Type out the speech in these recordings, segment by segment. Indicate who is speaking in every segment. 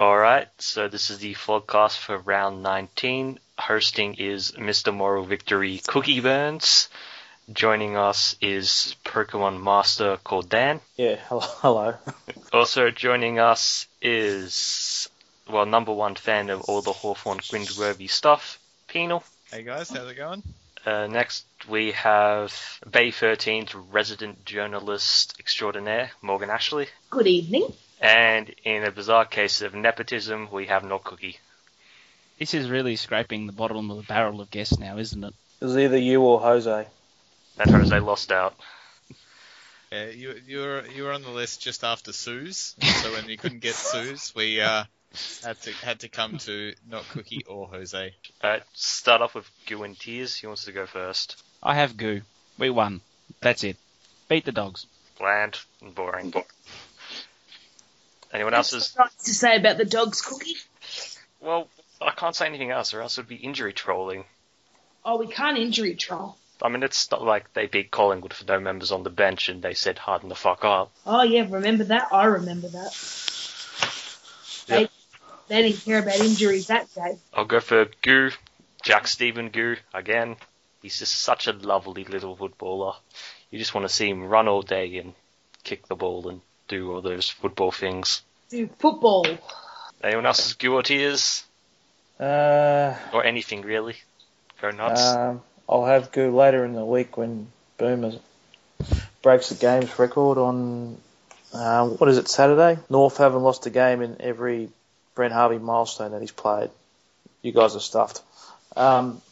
Speaker 1: All right, so this is the vlogcast for round 19. Hosting is Mr. Moral Victory Cookie Burns. Joining us is Pokemon Master called Dan.
Speaker 2: Yeah, hello. hello.
Speaker 1: Also joining us is, well, number one fan of all the Hawthorne Grindsworthy stuff, Penal.
Speaker 3: Hey guys, how's it going?
Speaker 1: Uh, next, we have Bay 13's resident journalist extraordinaire, Morgan Ashley.
Speaker 4: Good evening.
Speaker 1: And in a bizarre case of nepotism, we have Not Cookie.
Speaker 5: This is really scraping the bottom of the barrel of guests now, isn't it?
Speaker 2: It was either you or Jose.
Speaker 1: That Jose lost out.
Speaker 3: Yeah, you you were you were on the list just after Sue's, so when you couldn't get Sue's, we uh, had to had to come to not Cookie or Jose.
Speaker 1: Uh, start off with Goo and Tears. He wants to go first.
Speaker 5: I have goo. We won. That's it. Beat the dogs.
Speaker 1: Bland and boring. Anyone
Speaker 4: That's
Speaker 1: else's?
Speaker 4: what I'd like to say about the dog's cookie?
Speaker 1: Well, I can't say anything else, or else it would be injury trolling.
Speaker 4: Oh, we can't injury troll.
Speaker 1: I mean, it's not like they beat Collingwood for no members on the bench and they said harden the fuck up.
Speaker 4: Oh yeah, remember that? I remember that.
Speaker 1: Yep.
Speaker 4: They, they didn't care about injuries that day.
Speaker 1: I'll go for Goo, Jack Stephen Goo again. He's just such a lovely little footballer. You just want to see him run all day and kick the ball and do all those football things.
Speaker 4: Do football.
Speaker 1: Anyone else's Goo or Tears
Speaker 2: Uh,
Speaker 1: or anything really? Go nuts.
Speaker 2: um, I'll have Goo later in the week when Boomer breaks the game's record on um, what is it Saturday? North haven't lost a game in every Brent Harvey milestone that he's played. You guys are stuffed. Um,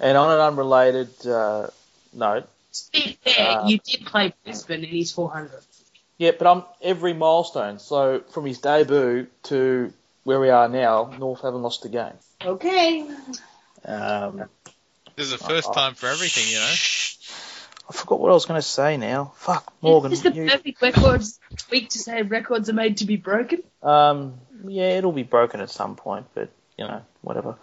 Speaker 2: and on an unrelated uh, note,
Speaker 4: To be fair,
Speaker 2: Uh,
Speaker 4: you did play Brisbane in his 400.
Speaker 2: Yeah, but I'm every milestone. So from his debut to where we are now, North haven't lost a game.
Speaker 4: Okay.
Speaker 2: Um,
Speaker 3: This is the first
Speaker 5: Oh.
Speaker 3: time for everything, you know.
Speaker 2: I forgot what I was going to say now. Fuck, Morgan.
Speaker 4: Is the
Speaker 2: you-
Speaker 4: perfect records week to say records are made to be broken?
Speaker 2: um, yeah, it'll be broken at some point, but you know, whatever.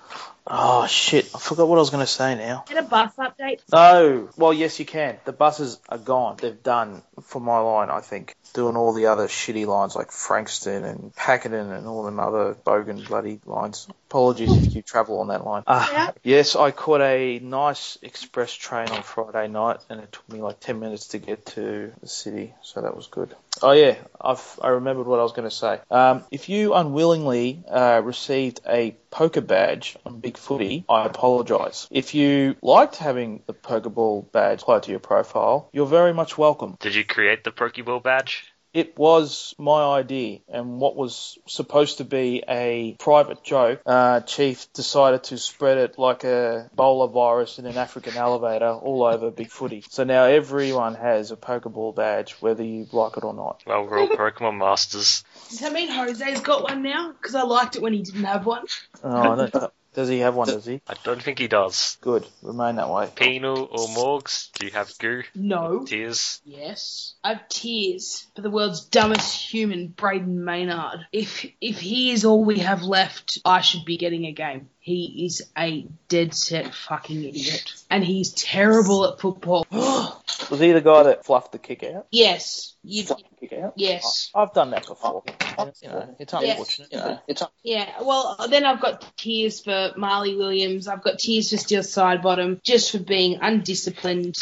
Speaker 2: Oh shit, I forgot what I was going to say now.
Speaker 4: Get a bus update.
Speaker 2: No, well, yes, you can. The buses are gone. They've done for my line, I think. Doing all the other shitty lines like Frankston and Pakenham and all them other bogan bloody lines. Apologies if you travel on that line. Uh,
Speaker 4: Yeah.
Speaker 2: Yes, I caught a nice express train on Friday night, and it took me like ten minutes to get to the city, so that was good. Oh yeah, I've, I remembered what I was going to say. Um, if you unwillingly uh, received a poker badge on Big Footy, I apologise. If you liked having the Pokeball badge applied to your profile, you're very much welcome.
Speaker 1: Did you create the Pokeball badge?
Speaker 2: It was my idea, and what was supposed to be a private joke, uh, Chief decided to spread it like a Ebola virus in an African elevator all over Big Footy. So now everyone has a Pokeball badge, whether you like it or not.
Speaker 1: Well, we're all Pokemon masters.
Speaker 4: Does that mean Jose's got one now? Because I liked it when he didn't have one.
Speaker 2: Oh, I don't- does he have one? Does he?
Speaker 1: I don't think he does.
Speaker 2: Good, remain that way.
Speaker 1: Penal or Morgs? Do you have Goo?
Speaker 4: No.
Speaker 1: Tears?
Speaker 4: Yes. I have tears for the world's dumbest human, Braden Maynard. If if he is all we have left, I should be getting a game. He is a dead set fucking idiot. And he's terrible at football.
Speaker 2: Was he the guy that fluffed the kick out?
Speaker 4: yes. You
Speaker 2: Fluffed the kick out. Oh,
Speaker 4: yes.
Speaker 2: I've done that before. And, you know, it's unfortunate. You know, it's
Speaker 4: Yeah. Well then I've got tears for Marley Williams. I've got tears for Steel Sidebottom just for being undisciplined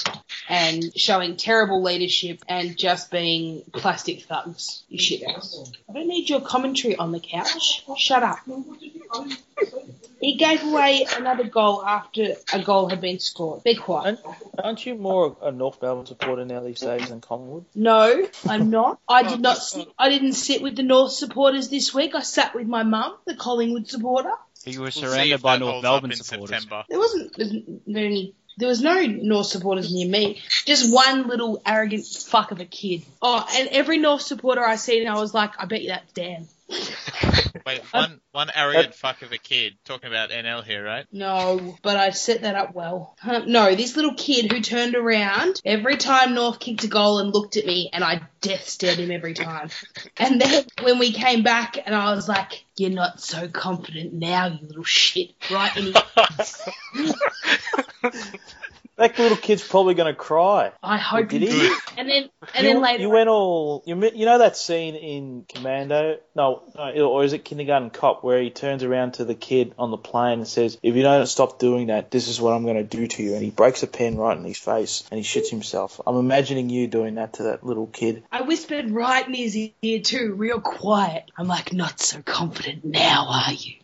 Speaker 4: and showing terrible leadership and just being plastic thugs. You shit ass. I don't need your commentary on the couch. Shut up. He gave away another goal after a goal had been scored. Be quiet.
Speaker 2: And- Aren't you more a North Melbourne supporter now these days than Collingwood?
Speaker 4: No, I'm not. I did not. Sit, I didn't sit with the North supporters this week. I sat with my mum, the Collingwood supporter.
Speaker 5: You were
Speaker 3: We'll see
Speaker 5: surrounded
Speaker 3: if
Speaker 5: by
Speaker 3: that
Speaker 5: North
Speaker 3: holds up
Speaker 5: Melbourne
Speaker 3: in
Speaker 5: supporters.
Speaker 3: September.
Speaker 4: There wasn't there wasn't any. There was no North supporters near me. Just one little arrogant fuck of a kid. Oh, and every North supporter I seen, I was like, I bet you that's Dan.
Speaker 3: Wait, one one arrogant fuck of a kid talking about NL here, right?
Speaker 4: No, but I set that up well. Huh, No, this little kid who turned around every time North kicked a goal and looked at me, and I death stared him every time. And then when we came back, and I was like, "You're not so confident now, you little shit!" Right? And he,
Speaker 2: That little kid's probably going to cry.
Speaker 4: I hope
Speaker 2: Did
Speaker 4: he
Speaker 2: he?
Speaker 4: did. And then, and
Speaker 2: you,
Speaker 4: then later,
Speaker 2: you went all you, mi- you know that scene in Commando? No, no, or is it Kindergarten Cop where he turns around to the kid on the plane and says, "If you don't stop doing that, this is what I'm going to do to you." And he breaks a pen right in his face and he shits himself. I'm imagining you doing that to that little kid.
Speaker 4: I whispered right in his ear too, real quiet. I'm like, not so confident now, are you?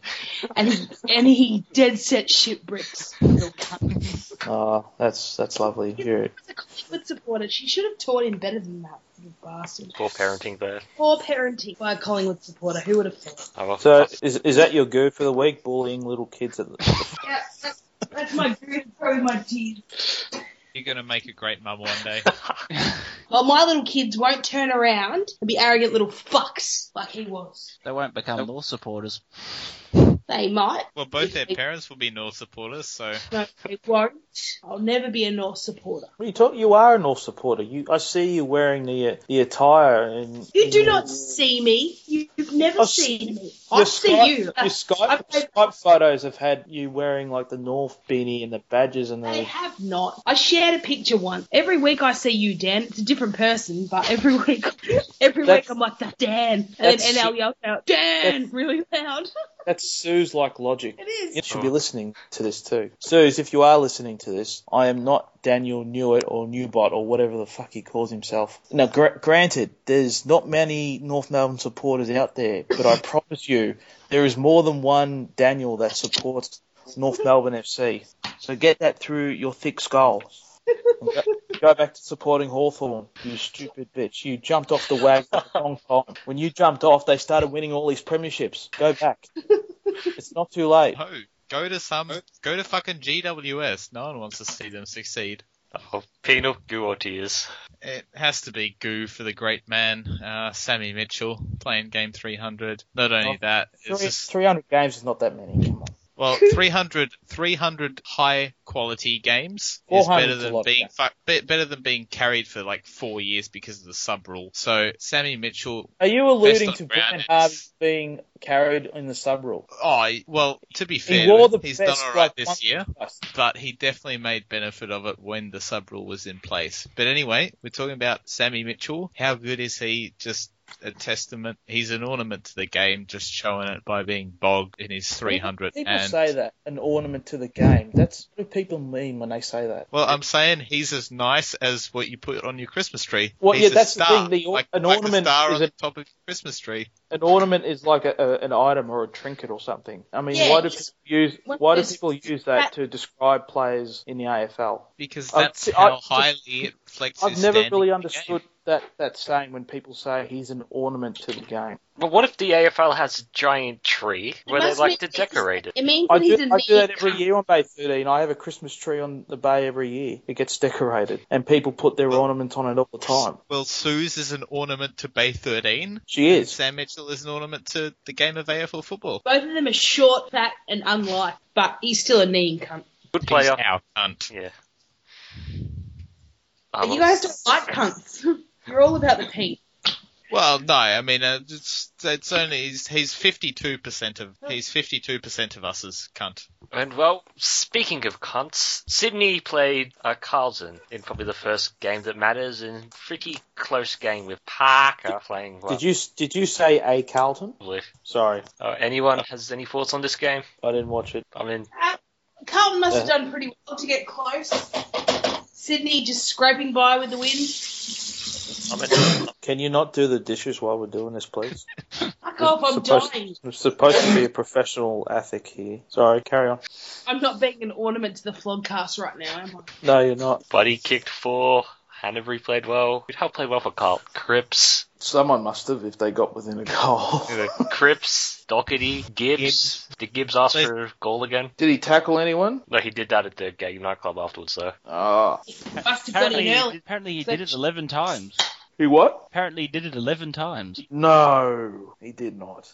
Speaker 4: And he, and he dead set shit bricks. Little cunt.
Speaker 2: Oh, that's that's lovely. You're,
Speaker 4: As a Collingwood supporter, she should have taught him better than that, little bastard.
Speaker 1: Poor parenting there.
Speaker 4: Poor parenting by a Collingwood supporter. Who would have thought?
Speaker 1: I will-
Speaker 2: so is is that your go for the week? Bullying little kids at the
Speaker 4: Yeah, that's, that's my dream, probably my tears.
Speaker 3: You're gonna make a great mum one day.
Speaker 4: Well, my little kids won't turn around and be arrogant little fucks like he was.
Speaker 5: They won't become North supporters.
Speaker 4: They might.
Speaker 3: Well, both their parents will be North supporters, so
Speaker 4: No, they won't. I'll never be a North supporter.
Speaker 2: What are you talking? You are a North supporter. You, I see you wearing the uh, the attire and
Speaker 4: You do not see me. You- You've never
Speaker 2: Oh,
Speaker 4: seen me.
Speaker 2: Your
Speaker 4: I see
Speaker 2: Skype,
Speaker 4: you. Uh,
Speaker 2: Your Skype,
Speaker 4: I've-
Speaker 2: Skype photos have had you wearing like the North beanie and the badges and
Speaker 4: I
Speaker 2: the.
Speaker 4: have not. I shared a picture once. Every week I see you, Dan. It's a different person, but every week, every
Speaker 2: That's-
Speaker 4: week I'm like that, Dan, and then
Speaker 2: That's-
Speaker 4: NL yells out, Dan, really loud.
Speaker 2: That Sue's like logic.
Speaker 4: It is.
Speaker 2: You should be listening to this too, Suze. If you are listening to this, I am not Daniel Newitt or Newbot or whatever the fuck he calls himself. Now, gr- granted, there's not many North Melbourne supporters out there, but I promise you, there is more than one Daniel that supports North Melbourne FC. So get that through your thick skull. Go- Go back to supporting Hawthorn, you stupid bitch. You jumped off the wagon at the wrong time. When you jumped off, they started winning all these premierships. Go back. It's not too late.
Speaker 3: no. Go to some. Go to fucking GWS. No one wants to see them succeed.
Speaker 1: oh, peanut goo or tears.
Speaker 3: It has to be goo for the great man, uh, Sammy Mitchell, playing game 300. Not only
Speaker 2: Oh,
Speaker 3: that,
Speaker 2: Three-
Speaker 3: it's just
Speaker 2: 300 games is not that many. Come on.
Speaker 3: well, 300, 300 high quality games is
Speaker 2: 400
Speaker 3: better
Speaker 2: is a
Speaker 3: than
Speaker 2: lot,
Speaker 3: being
Speaker 2: yeah.
Speaker 3: fu- be- better than being carried for like four years because of the sub rule. So Sammy Mitchell
Speaker 2: Are you alluding
Speaker 3: on
Speaker 2: to
Speaker 3: ground,
Speaker 2: Brian
Speaker 3: it's-
Speaker 2: Harvey being carried in the sub rule?
Speaker 3: Oh, well, to be fair,
Speaker 2: wore the
Speaker 3: he's
Speaker 2: best
Speaker 3: done all right
Speaker 2: like,
Speaker 3: this
Speaker 2: once
Speaker 3: year,
Speaker 2: or twice.
Speaker 3: but he definitely made benefit of it when the sub rule was in place. But anyway, we're talking about Sammy Mitchell. How good is he? Just a testament. He's an ornament to the game, just showing it by being bogged in his 300.
Speaker 2: People
Speaker 3: and
Speaker 2: say that an ornament to the game. That's what people mean when they say that.
Speaker 3: well, I'm saying he's as nice as what you put on your Christmas tree.
Speaker 2: Well,
Speaker 3: he's
Speaker 2: yeah,
Speaker 3: a
Speaker 2: that's the
Speaker 3: star,
Speaker 2: thing, the or-
Speaker 3: like,
Speaker 2: an
Speaker 3: like
Speaker 2: ornament
Speaker 3: the star
Speaker 2: is
Speaker 3: on
Speaker 2: a-
Speaker 3: the top of your Christmas tree.
Speaker 2: An ornament is like a, a, an item or a trinket or something. I mean,
Speaker 4: Yeah,
Speaker 2: why do people
Speaker 4: it's-
Speaker 2: use
Speaker 4: what
Speaker 2: why do
Speaker 4: is-
Speaker 2: people use that to describe players in the AFL?
Speaker 3: Because
Speaker 2: I've
Speaker 3: that's
Speaker 2: se- I've-
Speaker 3: how highly it reflects.
Speaker 2: I've
Speaker 3: his
Speaker 2: never
Speaker 3: standing in
Speaker 2: really
Speaker 3: the game.
Speaker 2: understood that, that saying when people say he's an ornament to the game.
Speaker 1: But what if the AFL has a giant tree where they
Speaker 4: must
Speaker 1: like to
Speaker 4: mean-
Speaker 1: decorate it?
Speaker 4: It means
Speaker 2: I
Speaker 4: that
Speaker 2: do,
Speaker 4: he's a
Speaker 2: I do that
Speaker 4: mean
Speaker 2: every
Speaker 4: cunt.
Speaker 2: year on Bay 13. I have a Christmas tree on the bay every year. It gets decorated, and people put their ornaments on it all the time.
Speaker 3: Well, Suze is an ornament to Bay 13.
Speaker 2: She is.
Speaker 3: Sam Mitchell is an ornament to the game of AFL football.
Speaker 4: Both of them are short, fat, and unlike, but he's still a mean cunt.
Speaker 1: Good player.
Speaker 3: He's our cunt.
Speaker 1: Yeah.
Speaker 4: But
Speaker 1: I'm
Speaker 4: you
Speaker 1: a-
Speaker 4: guys don't like cunts. You're all about the pink.
Speaker 3: Well, no, I mean uh, it's, it's only he's he's fifty two percent of he's fifty two percent of us as cunt.
Speaker 1: And well, speaking of cunts, Sydney played uh, Carlton in probably the first game that matters, in pretty close game with Parker playing. Well,
Speaker 2: Did you did you say a Carlton? Sorry,
Speaker 1: Uh, anyone has any thoughts on this game?
Speaker 2: I didn't watch it.
Speaker 1: I mean,
Speaker 4: Carlton must have done pretty well to get close. Sydney just scraping by with the wind.
Speaker 1: I mean
Speaker 2: Can you not do the dishes while we're doing this, please?
Speaker 4: I Fuck off, I'm
Speaker 2: supposed,
Speaker 4: dying.
Speaker 2: There's supposed to be a professional ethic here. Sorry, carry on.
Speaker 4: I'm not being an ornament to the flogcast right now, am I?
Speaker 2: No, you're not.
Speaker 1: Buddy kicked four. Hanbury played well. We'd help play well for Carl. Cripps.
Speaker 2: Someone must have if they got within a goal.
Speaker 1: you know, Cripps, Doherty, Gibbs.
Speaker 3: Gibbs.
Speaker 1: Did Gibbs ask for a goal again?
Speaker 2: Did he tackle anyone?
Speaker 1: No, he did that at the game nightclub afterwards, though.
Speaker 2: Ah,
Speaker 4: Must have got
Speaker 5: Apparently,
Speaker 4: in early.
Speaker 5: apparently he did it 11 times.
Speaker 2: he what?
Speaker 5: Apparently he did it 11 times.
Speaker 2: No, he did not.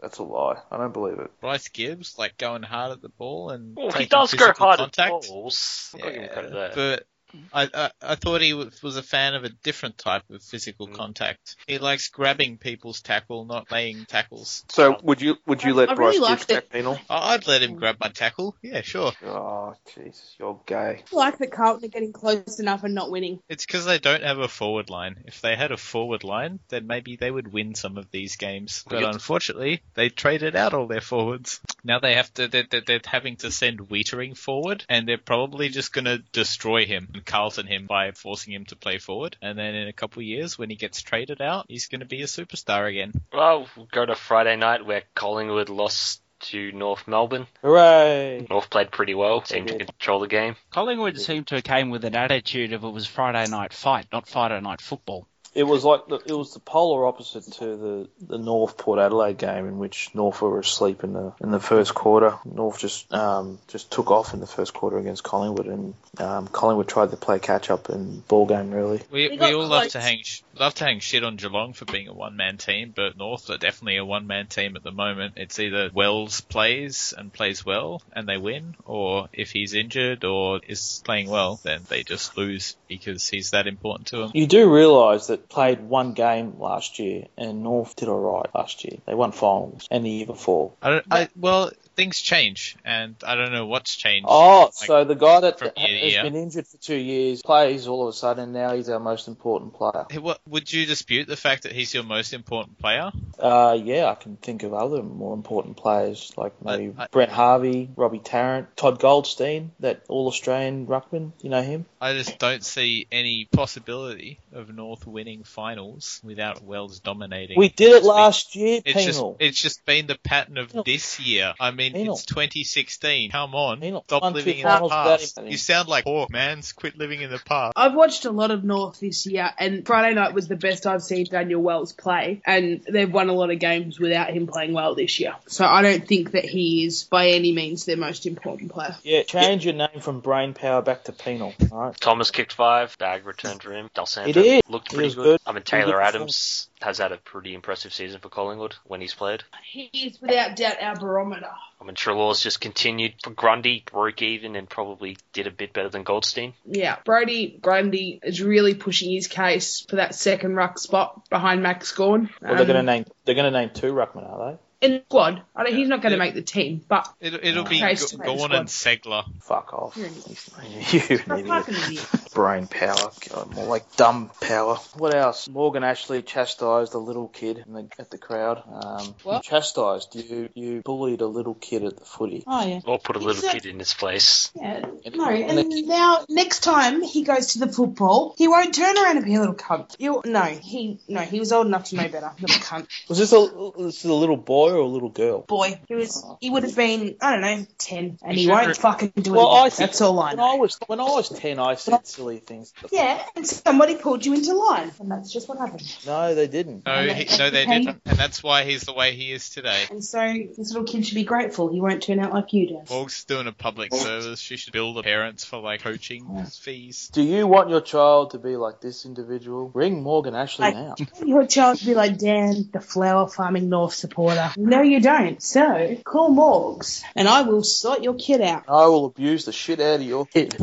Speaker 2: That's a lie. I don't believe it.
Speaker 3: Bryce Gibbs, like going hard at the ball and
Speaker 1: Well, Oh, he
Speaker 3: taking
Speaker 1: does go
Speaker 3: physical
Speaker 1: hard
Speaker 3: contact.
Speaker 1: at balls. I'll give him credit there.
Speaker 3: but I, I I thought he was was a fan of a different type of physical
Speaker 1: Mm.
Speaker 3: contact. He likes grabbing people's tackle, not laying tackles.
Speaker 2: So would you would you let
Speaker 4: I
Speaker 2: Bryce
Speaker 4: really
Speaker 2: Gibbs
Speaker 4: liked it.
Speaker 2: take penal?
Speaker 3: I- I'd let him grab my tackle. Yeah, sure.
Speaker 2: Oh, jeez, you're gay.
Speaker 4: I like that Carlton are getting close enough and not winning.
Speaker 3: It's because they don't have a forward line. If they had a forward line, then maybe they would win some of these games.
Speaker 1: We
Speaker 3: But
Speaker 1: get-
Speaker 3: unfortunately, they traded out all their forwards. Now they have to. They're, they're, they're having to send Wietering forward, and they're probably just going to destroy him and Carlton him by forcing him to play forward. And then in a couple of years, when he gets traded out, he's going to be a superstar again.
Speaker 1: Well, we'll go to Friday night where Collingwood lost to North Melbourne.
Speaker 2: Hooray!
Speaker 1: North played pretty well,
Speaker 2: They
Speaker 1: seemed to
Speaker 2: did.
Speaker 1: control the game.
Speaker 5: Collingwood seemed to have came with an attitude of it was Friday night fight, not Friday night football.
Speaker 2: It was like the, it was the polar opposite to the the North Port Adelaide game in which North were asleep in the in the first quarter. North just um, just took off in the first quarter against Collingwood, and um, Collingwood tried to play catch up and ball game really.
Speaker 3: We,
Speaker 4: They
Speaker 3: we
Speaker 4: got
Speaker 3: all love
Speaker 4: close.
Speaker 3: to hang sh- love to hang shit on Geelong for being a one man team, but North are definitely a one man team at the moment. It's either Wells plays and plays well and they win, or if he's injured or is playing well, then they just lose because he's that important to them.
Speaker 2: You do realise that played one game last year, and North did all right last year. They won finals and the year before.
Speaker 3: I don't. I, well, things change, and I don't know what's changed.
Speaker 2: Oh,
Speaker 3: Like,
Speaker 2: so the guy that
Speaker 3: from
Speaker 2: has
Speaker 3: year to year.
Speaker 2: been injured for two years plays all of a sudden. Now he's our most important player.
Speaker 3: Hey, what, would you dispute the fact that he's your most important player?
Speaker 2: Uh, yeah, I can think of other more important players like maybe
Speaker 3: I-
Speaker 2: Brett Harvey, Robbie Tarrant, Todd Goldstein, that All Australian ruckman. You know him?
Speaker 3: I just don't see any possibility of North winning finals without Wells dominating.
Speaker 2: We did it
Speaker 3: It's been-
Speaker 2: last year,
Speaker 3: It's
Speaker 2: penal.
Speaker 3: just it's just been the pattern of
Speaker 2: Penal.
Speaker 3: this year. I mean,
Speaker 2: Penal.
Speaker 3: it's 2016. Come on,
Speaker 2: Penal.
Speaker 3: stop
Speaker 2: One, two
Speaker 3: living in the
Speaker 2: finals without
Speaker 3: past.
Speaker 2: him.
Speaker 3: You sound like Hawk, man. Quit living in the past.
Speaker 4: I've watched a lot of North this year, and Friday night was the best I've seen Daniel Wells play, and they've won a lot of games without him playing well this year. So I don't think that he is by any means their most important player.
Speaker 2: yeah, change your name from Brain Power back to Penal. All right.
Speaker 1: Thomas kicked five. Bag returned for him. Del Santo
Speaker 2: did.
Speaker 1: looked
Speaker 2: He
Speaker 1: pretty
Speaker 2: was
Speaker 1: good.
Speaker 2: good.
Speaker 1: I mean,
Speaker 2: He was good
Speaker 1: Taylor
Speaker 2: before.
Speaker 1: Adams has had a pretty impressive season for Collingwood when he's played.
Speaker 4: He is without doubt our barometer.
Speaker 1: I mean, Trelaw's just continued. For Grundy, broke even and probably did a bit better than Goldstein.
Speaker 4: Yeah, Brody Grundy is really pushing his case for that second ruck spot behind Max Gorn.
Speaker 2: Well, they're
Speaker 4: Um,
Speaker 2: gonna name they're gonna name two ruckmen, are they?
Speaker 4: in the squad. I don't, he's not going to
Speaker 3: Yeah.
Speaker 4: make the team, but
Speaker 3: It, it'll be
Speaker 4: Christ,
Speaker 3: Go- Gorn and Segler.
Speaker 2: Fuck off.
Speaker 4: You're
Speaker 2: you
Speaker 4: an I'm
Speaker 2: an idiot.
Speaker 4: fucking idiot.
Speaker 2: Brain power. God, more like dumb power. What else? Morgan actually chastised a little kid in the, at the crowd. Um,
Speaker 4: What?
Speaker 2: You chastised. You you bullied a little kid at the footy.
Speaker 4: Oh yeah.
Speaker 1: Or put a little
Speaker 4: Exact-
Speaker 1: kid in his place.
Speaker 4: Yeah,
Speaker 2: And-
Speaker 4: no,
Speaker 2: and
Speaker 4: and now next time he goes to the football, he won't turn around and be a little cunt. You no, he no, he was old enough to know better. Little cunt
Speaker 2: Was this a this is a little boy or a little girl?
Speaker 4: boy, he was
Speaker 2: Oh.
Speaker 4: he would have been I don't know ten, and
Speaker 3: You
Speaker 4: he
Speaker 3: should
Speaker 4: won't
Speaker 3: re-
Speaker 4: fucking do it.
Speaker 2: Well,
Speaker 4: again.
Speaker 2: I think-
Speaker 4: that's all I
Speaker 2: When
Speaker 4: know.
Speaker 2: I was when I was ten, I said silly things.
Speaker 4: Yeah, and somebody pulled you into line, and that's just what happened.
Speaker 2: No, they didn't.
Speaker 3: No,
Speaker 4: And
Speaker 3: he,
Speaker 4: that's
Speaker 3: no, they
Speaker 4: okay.
Speaker 3: didn't, and that's why he's the way he is today.
Speaker 4: And so this little kid should be grateful he won't turn out like you do.
Speaker 3: Hawk's doing a public service. She should bill the parents for like coaching fees.
Speaker 2: Do you want your child to be like this individual? Ring Morgan Ashley
Speaker 4: Like-
Speaker 2: now.
Speaker 4: Your child would be like Dan, the flower farming North supporter. No, you don't. So call Morgs, and I will sort your kid out.
Speaker 2: I will abuse the shit out of your kid.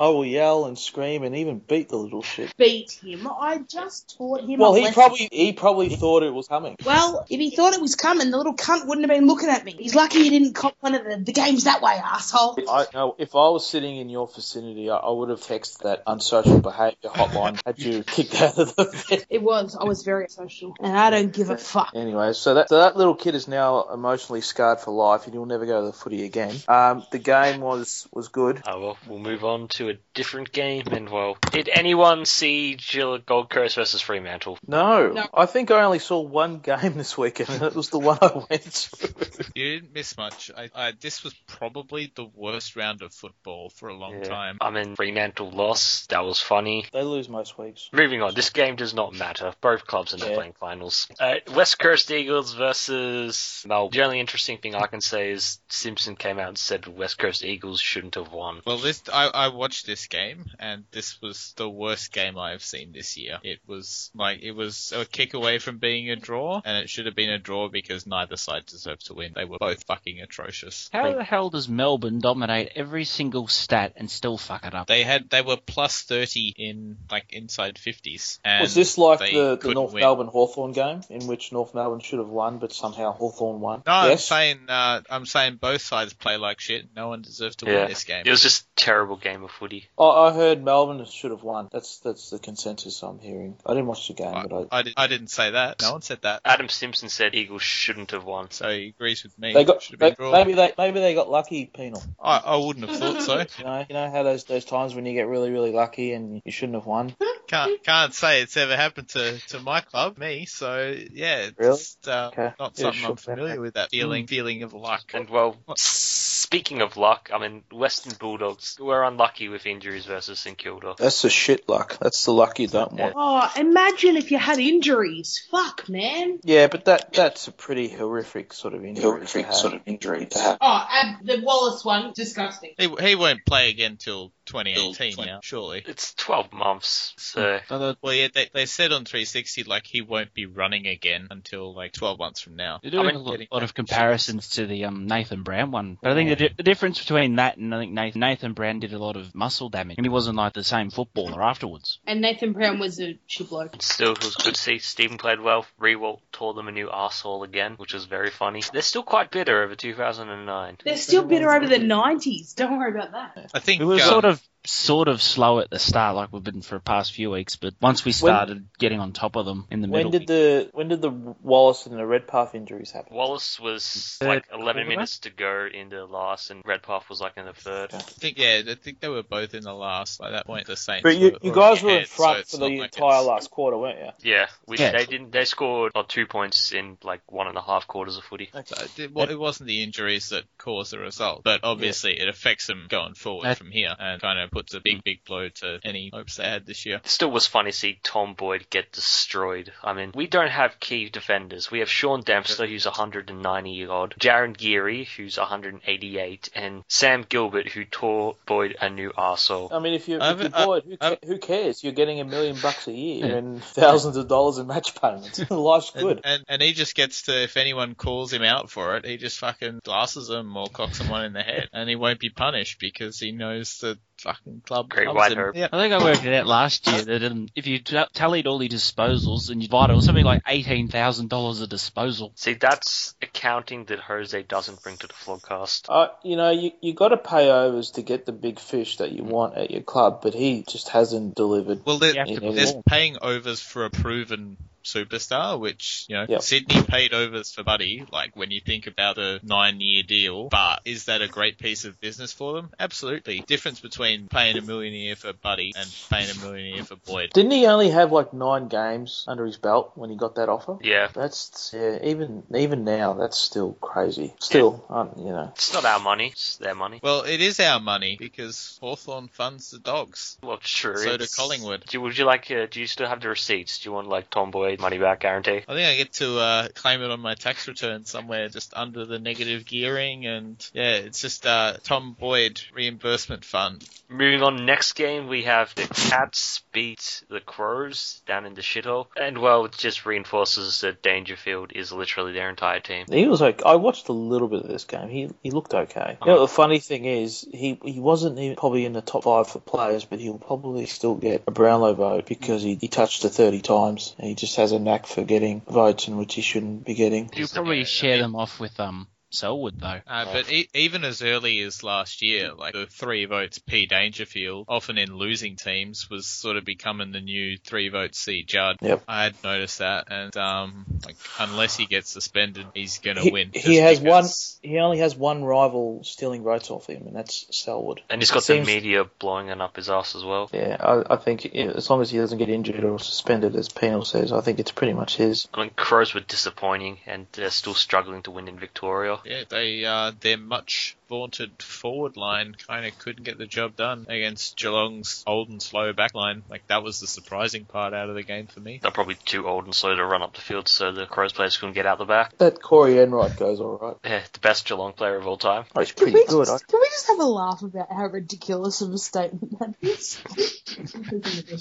Speaker 2: I will yell and scream and even beat the little shit.
Speaker 4: beat him. I just taught him.
Speaker 2: Well,
Speaker 4: a
Speaker 2: he
Speaker 4: lesson.
Speaker 2: probably he probably thought it was coming.
Speaker 4: Well, if he thought it was coming, the little cunt wouldn't have been looking at me. He's lucky he didn't cop one of the, the games that way, asshole.
Speaker 2: I, no, if I was sitting in your vicinity, I, I would have texted that unsocial behaviour hotline had you kicked out of the bed.
Speaker 4: It was. I was very social, and I don't give a fuck.
Speaker 2: Anyway, so that, so that little kid is now emotionally scarred for life, and he'll never go to the footy again. Um, the game was was good.
Speaker 1: Uh, well, we'll move on to a different game. And well, did anyone see Jill Gold Coast versus Fremantle?
Speaker 2: No,
Speaker 4: No.
Speaker 2: I think I only saw one game this weekend, and it was the one I went to.
Speaker 3: You didn't miss much. I, I, this was probably the worst round of football for a long
Speaker 1: Yeah.
Speaker 3: time.
Speaker 1: I mean, Fremantle lost. That was funny.
Speaker 2: They lose most weeks.
Speaker 1: Moving on, this game does not matter. Both clubs are not
Speaker 2: Yeah.
Speaker 1: playing finals. Uh, West Coast Eagles versus Melbourne. The only interesting thing I can say is Simpson came out and said West Coast Eagles shouldn't have won.
Speaker 3: Well, this I, I watched this game, and this was the worst game I've seen this year. It was like it was a kick away from being a draw, and it should have been a draw because neither side deserved to win. They were both fucking atrocious.
Speaker 5: How the hell does Melbourne dominate every single stat and still fuck it up?
Speaker 3: They had they were plus thirty in like inside fifties. And
Speaker 2: was this like
Speaker 3: they
Speaker 2: the, the
Speaker 3: couldn't
Speaker 2: North
Speaker 3: win.
Speaker 2: Melbourne Hawthorn game, in which North Melbourne should have won, but somehow Hawthorn won?
Speaker 3: No, I'm
Speaker 2: yes.
Speaker 3: saying uh, I'm saying both sides play like shit. No one deserved to
Speaker 1: Yeah.
Speaker 3: win this game.
Speaker 1: It was just a terrible game of footy.
Speaker 2: I, I heard Melbourne should have won. That's that's the consensus I'm hearing. I didn't watch the game,
Speaker 3: I,
Speaker 2: but I,
Speaker 3: I, did, I didn't say that. No one said that.
Speaker 1: Adam Simpson said Eagles shouldn't have won.
Speaker 3: So he agrees with me.
Speaker 2: they got
Speaker 3: Should have
Speaker 2: they,
Speaker 3: been drawn.
Speaker 2: maybe they maybe they got lucky penal.
Speaker 3: I, I wouldn't have thought so.
Speaker 2: You know, you know how those those times when you get really really lucky and you shouldn't have won.
Speaker 3: Can't can't say it's ever happened to, to my club, me. So yeah, it's
Speaker 2: Really?
Speaker 3: just, uh,
Speaker 2: Okay.
Speaker 3: not
Speaker 2: Yeah,
Speaker 3: something
Speaker 2: sure.
Speaker 3: I'm familiar with. That feeling feeling of luck.
Speaker 1: And well, speaking of luck, I mean, Western Bulldogs were unlucky with injuries versus St Kilda.
Speaker 2: That's the shit luck. That's the luck you don't want.
Speaker 4: Oh, imagine if you had injuries. Fuck, man.
Speaker 2: Yeah, but that that's a pretty horrific sort of injury. to have.
Speaker 6: sort of injury to
Speaker 2: Uh,
Speaker 6: have.
Speaker 4: Oh, and the Wallace one, disgusting.
Speaker 3: He, he won't play again till 2018
Speaker 6: Till
Speaker 3: now, surely.
Speaker 1: It's 12 months, so
Speaker 5: So the-
Speaker 3: Well, yeah, they, they said on 360 like he won't be running again until like 12 months from now.
Speaker 5: They're doing
Speaker 1: I mean,
Speaker 5: a lot,
Speaker 3: getting
Speaker 5: lot of
Speaker 3: back-
Speaker 5: comparisons to the um, Nathan Brown one, but I think the, di- the difference between that and I think Nathan, Nathan Brown did a lot of muscle damage, and he wasn't like the same footballer afterwards.
Speaker 4: And Nathan Brown was a shit bloke.
Speaker 1: Still, it was good to see Stephen played well. Rewalt tore them a new arsehole again, which was very funny. They're still quite bitter over 2009.
Speaker 4: They're still bitter over the 90s. Don't worry about that.
Speaker 3: I think
Speaker 5: We were
Speaker 3: um,
Speaker 5: sort of sort of slow at the start, like we've been for the past few weeks, but once we started getting on top of them in the
Speaker 2: When
Speaker 5: middle,
Speaker 2: did the when did the Wallace and the Redpath injuries happen?
Speaker 1: Wallace was
Speaker 5: Third
Speaker 1: like 11
Speaker 5: Uh, quarterback?
Speaker 1: minutes to go in the last, and Redpath was like in the third.
Speaker 2: Yeah.
Speaker 3: I think yeah, I think they were both in the last by that point. The Saints.
Speaker 2: But you,
Speaker 3: were
Speaker 2: you
Speaker 3: already
Speaker 2: guys were in
Speaker 3: ahead, so
Speaker 2: front
Speaker 3: it's
Speaker 2: for the
Speaker 3: not like
Speaker 2: entire
Speaker 3: it's-
Speaker 2: last quarter, weren't you?
Speaker 1: Yeah, which
Speaker 5: Yeah.
Speaker 1: they didn't. They scored like, two points in like one and a half quarters of footy.
Speaker 3: So it, wa- it wasn't the injuries that caused the result, but obviously it affects them going forward
Speaker 5: That-
Speaker 3: from here and kind of puts a big, big blow to any hopes they had this year.
Speaker 1: It still was funny to see Tom Boyd get destroyed. I mean, we don't have key defenders. We have Sean Dempster, who's 190 year old, Jaron Geary, who's 188, and Sam Gilbert, who tore Boyd a new arsehole.
Speaker 2: I mean, if you're, if
Speaker 3: I've-
Speaker 2: you're
Speaker 3: I-
Speaker 2: bored, who, ca-
Speaker 3: I've-
Speaker 2: who cares? You're getting a million bucks a year and thousands of dollars in match payments. Life's
Speaker 3: And,
Speaker 2: good.
Speaker 3: and and he just gets to if anyone calls him out for it, he just fucking glasses them or cocks someone in the head, and he won't be punished because he knows the fucking club.
Speaker 1: Great
Speaker 3: loves
Speaker 1: white
Speaker 3: him.
Speaker 1: herb.
Speaker 3: Yep.
Speaker 5: I think I worked it out last year that um, if you t- tallied all the disposals and you divided it, it was something like eighteen thousand dollars a disposal.
Speaker 1: See, that's accounting that Jose doesn't bring to the podcast.
Speaker 2: Uh, you know, you you got to pay overs to get the big fish that you want at your club, but he just hasn't delivered.
Speaker 3: Well, there,
Speaker 5: You have
Speaker 2: to
Speaker 3: there's
Speaker 5: perform.
Speaker 3: paying overs for a proven superstar, which you know
Speaker 2: Yep.
Speaker 3: Sydney paid overs for Buddy. Like when you think about a nine-year deal, but is that a great piece of business for them? Absolutely. Difference between paying a millionaire for Buddy and paying a millionaire for Boyd.
Speaker 2: Didn't he only have like nine games under his belt when he got that offer?
Speaker 1: Yeah,
Speaker 2: That's yeah. Even even now, that's still crazy. Still, um, you know.
Speaker 1: it's not our money, it's their money.
Speaker 3: Well, it is our money because Hawthorn funds the dogs.
Speaker 1: Well, sure.
Speaker 3: So
Speaker 1: it's-
Speaker 3: do Collingwood.
Speaker 1: Do you, would you like? Uh, do you still have the receipts? Do you want like Tomboy money back guarantee?
Speaker 3: I think I get to uh, claim it on my tax return somewhere, just under the negative gearing, and yeah, it's just uh, Tom Boyd reimbursement fund.
Speaker 1: Moving on, next game we have the Cats beat the Crows down in the shithole, and well, it just reinforces that Dangerfield is literally their entire team.
Speaker 2: He was like, I watched a little bit of this game. He he looked okay. You
Speaker 1: Uh-huh.
Speaker 2: know, the funny thing is, he he wasn't even probably in the top five for players, but he'll probably still get a Brownlow vote because he, he touched it 30 times and he just has a knack for getting votes in which he shouldn't be getting.
Speaker 5: You'll
Speaker 1: He's the
Speaker 5: probably
Speaker 1: man,
Speaker 5: share them off with um Selwood though.
Speaker 3: Uh,
Speaker 2: Oh.
Speaker 3: but e- even as early as last year, like the three votes P Dangerfield, often in losing teams, was sort of becoming the new three vote C Judd.
Speaker 2: Yep.
Speaker 3: I had noticed that, and um, like unless he gets suspended, he's gonna
Speaker 2: He,
Speaker 3: win.
Speaker 2: he
Speaker 3: just
Speaker 2: has
Speaker 3: because-
Speaker 2: one. He only has one rival stealing votes off him, and that's Selwood.
Speaker 1: And he's got
Speaker 2: Seems-
Speaker 1: the media blowing it up his ass as well.
Speaker 2: Yeah, I, I think yeah, as long as he doesn't get injured or suspended, as Penal says, I think it's pretty much his.
Speaker 1: I mean, Crows were disappointing, and they're still struggling to win in Victoria.
Speaker 3: Yeah, they uh, their much vaunted forward line kind of couldn't get the job done against Geelong's old and slow back line. Like that was the surprising part out of the game for me.
Speaker 1: They're probably too old and slow to run up the field, so the Crows players couldn't get out the back.
Speaker 2: That Corey Enright goes all right.
Speaker 1: Yeah, the best Geelong player of all time.
Speaker 2: Oh, he's
Speaker 4: Can
Speaker 2: pretty
Speaker 4: we,
Speaker 2: good. I,
Speaker 4: just, can we just have a laugh about how ridiculous of a statement that is?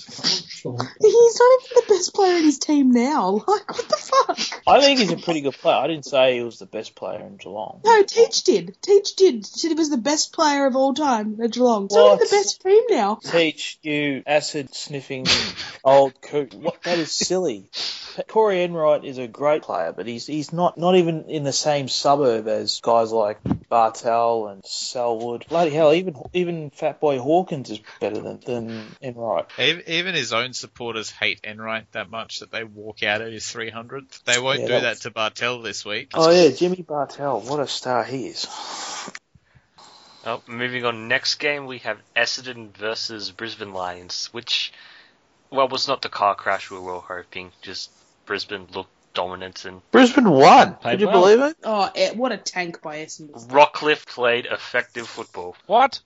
Speaker 4: He's not even the best player in his team now. Like, what the fuck?
Speaker 2: I think he's a pretty good player. I didn't say he was the best player in Geelong.
Speaker 4: No, Teach did. Teach did. Said he was the best player of all time at Geelong. He's not even
Speaker 2: What?
Speaker 4: the best team now.
Speaker 2: Teach you acid sniffing old coot. What that is silly. P- Corey Enright is a great player, but he's he's not, not even in the same suburb as guys like Bartel and Selwood. Bloody hell, even even Fat Boy Hawkins is better than, than Enright.
Speaker 3: Ev- Even his own supporters hate Enright that much that they walk out at his 300th. They won't
Speaker 2: Yeah,
Speaker 3: do
Speaker 2: that
Speaker 3: that
Speaker 2: was-
Speaker 3: to Bartel this week.
Speaker 2: Oh yeah, Jimmy Bartel, what a star he is.
Speaker 1: Oh, moving on, next game we have Essendon versus Brisbane Lions, which, well, was not the car crash we were hoping. Just Brisbane looked dominant, and
Speaker 2: Brisbane won.
Speaker 5: Played
Speaker 2: Could you
Speaker 5: well.
Speaker 2: believe it?
Speaker 4: Oh, eh, what a tank by Essendon.
Speaker 1: Rockcliffe played effective football.
Speaker 5: What?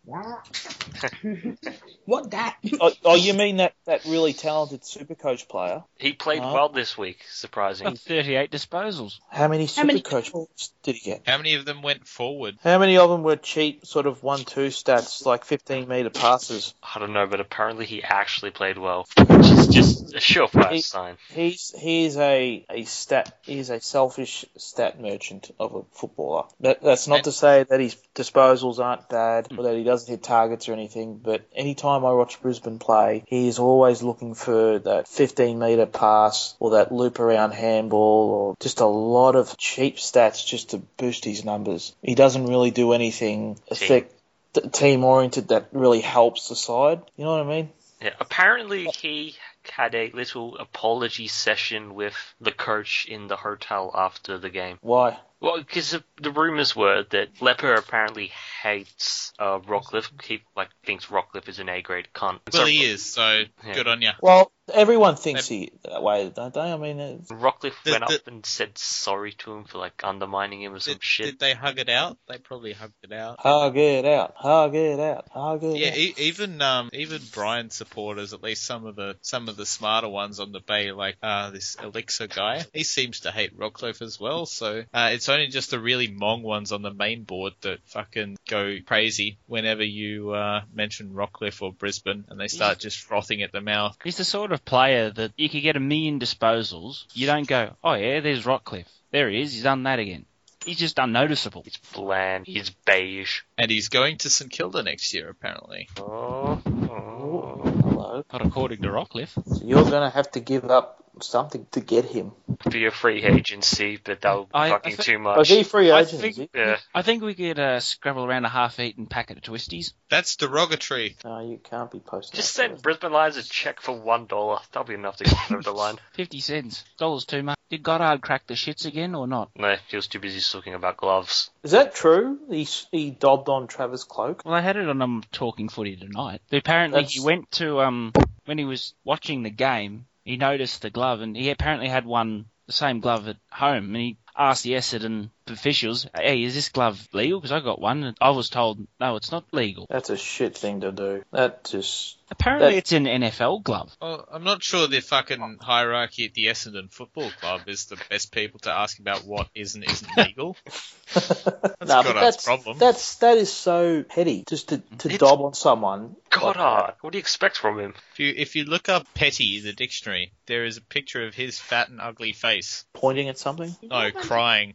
Speaker 4: what that?
Speaker 2: Oh, oh, you mean that, that really talented supercoach player?
Speaker 1: He played
Speaker 2: Huh?
Speaker 1: well this week,
Speaker 5: Got
Speaker 1: surprising.
Speaker 5: 38 disposals.
Speaker 2: How many
Speaker 4: How many-
Speaker 2: supercoach points did he get?
Speaker 3: How many of them went forward?
Speaker 2: How many of them were cheap, sort of one-two stats, like 15-meter passes?
Speaker 1: I don't know, but apparently he actually played well, which is just a surefire
Speaker 2: He-
Speaker 1: sign.
Speaker 2: He's he's a a stat he's a selfish stat merchant of a footballer. That, that's not to say that his disposals aren't bad or that he doesn't hit targets or anything. But any time I watch Brisbane play, he is always looking for that 15 meter pass or that loop around handball or just a lot of cheap stats just to boost his numbers. He doesn't really do anything effect. Team oriented that really helps the side. You know what I mean?
Speaker 1: Yeah, apparently he had a little apology session with the coach in the hotel after the game.
Speaker 2: Why?
Speaker 1: Well, because the, the rumors were that Leper apparently hates uh, Rockcliffe. He like thinks Rockcliffe is an A grade cunt.
Speaker 3: Well,
Speaker 1: So
Speaker 3: he is, so
Speaker 1: Yeah.
Speaker 3: good on you.
Speaker 2: Well, everyone thinks he that way, don't they? I mean, it's,
Speaker 1: Rockcliffe
Speaker 3: The-
Speaker 1: went
Speaker 3: the-
Speaker 1: up and said sorry to him for like undermining him or some
Speaker 3: Did,
Speaker 1: shit.
Speaker 3: did they hug it out? They probably hugged it out.
Speaker 2: hug it out, hug it out, hug it
Speaker 3: Yeah,
Speaker 2: out.
Speaker 3: e- even um, even Brian supporters, at least some of the some of the smarter ones on the bay, like uh, this Elixir guy, he seems to hate Rockcliffe as well. So uh, it's only just the really mong ones on the main board that fucking go crazy whenever you uh, mention Rockcliffe or Brisbane, and they start just frothing at the mouth.
Speaker 5: He's the sort of player that you could get a million disposals. You don't go, oh yeah, there's Rockcliffe. There he is. He's done that again. He's just unnoticeable.
Speaker 1: He's bland. He's beige.
Speaker 3: And he's going to St Kilda next year, apparently.
Speaker 1: Oh, oh.
Speaker 2: Hello.
Speaker 5: Not according to Rockcliffe.
Speaker 2: So you're gonna have to give up something to get him.
Speaker 1: Be a free agency, but that would be
Speaker 5: I- I
Speaker 1: fucking
Speaker 5: thi-
Speaker 1: too
Speaker 2: Oh,
Speaker 1: much.
Speaker 2: is he free
Speaker 5: I
Speaker 2: agent?
Speaker 5: think-
Speaker 2: Is he?
Speaker 1: Yeah.
Speaker 5: I think we could uh, scrabble around a half-eaten packet of twisties.
Speaker 3: That's derogatory.
Speaker 2: No, you can't be posting.
Speaker 1: Just
Speaker 2: that.
Speaker 1: send Brisbane Lions a check for one dollar. That'll be enough to get over the line.
Speaker 5: Fifty cents. Dollars too much. Did Goddard crack the shits again or not?
Speaker 1: No, he was too busy talking about gloves.
Speaker 2: Is that true? He he dobbed on Travis Cloak.
Speaker 5: Well, I had it on um, Talking Footy tonight. But apparently, he
Speaker 2: That's-
Speaker 5: went to um when he was watching the game, he noticed the glove, and he apparently had one the same glove at home, and he asked the Essendon officials, "Hey, is this glove legal? Because I got one, and I was told no, it's not legal.
Speaker 2: That's a shit thing to do. That just
Speaker 5: Apparently,
Speaker 2: That-
Speaker 5: it's an NFL glove.
Speaker 3: Well, Oh, I'm not sure the fucking hierarchy at the Essendon Football Club is the best people to ask about what is and isn't legal. That's
Speaker 2: no,
Speaker 3: Goddard's
Speaker 2: but that's
Speaker 3: problem.
Speaker 2: that's that is so petty. Just to, to
Speaker 1: It's-
Speaker 2: dob on someone.
Speaker 1: Goddard, what do you expect from him?
Speaker 3: If you if you look up Petty the dictionary, there is a picture of his fat and ugly face.
Speaker 2: Oh, pointing at something.
Speaker 3: No, crying.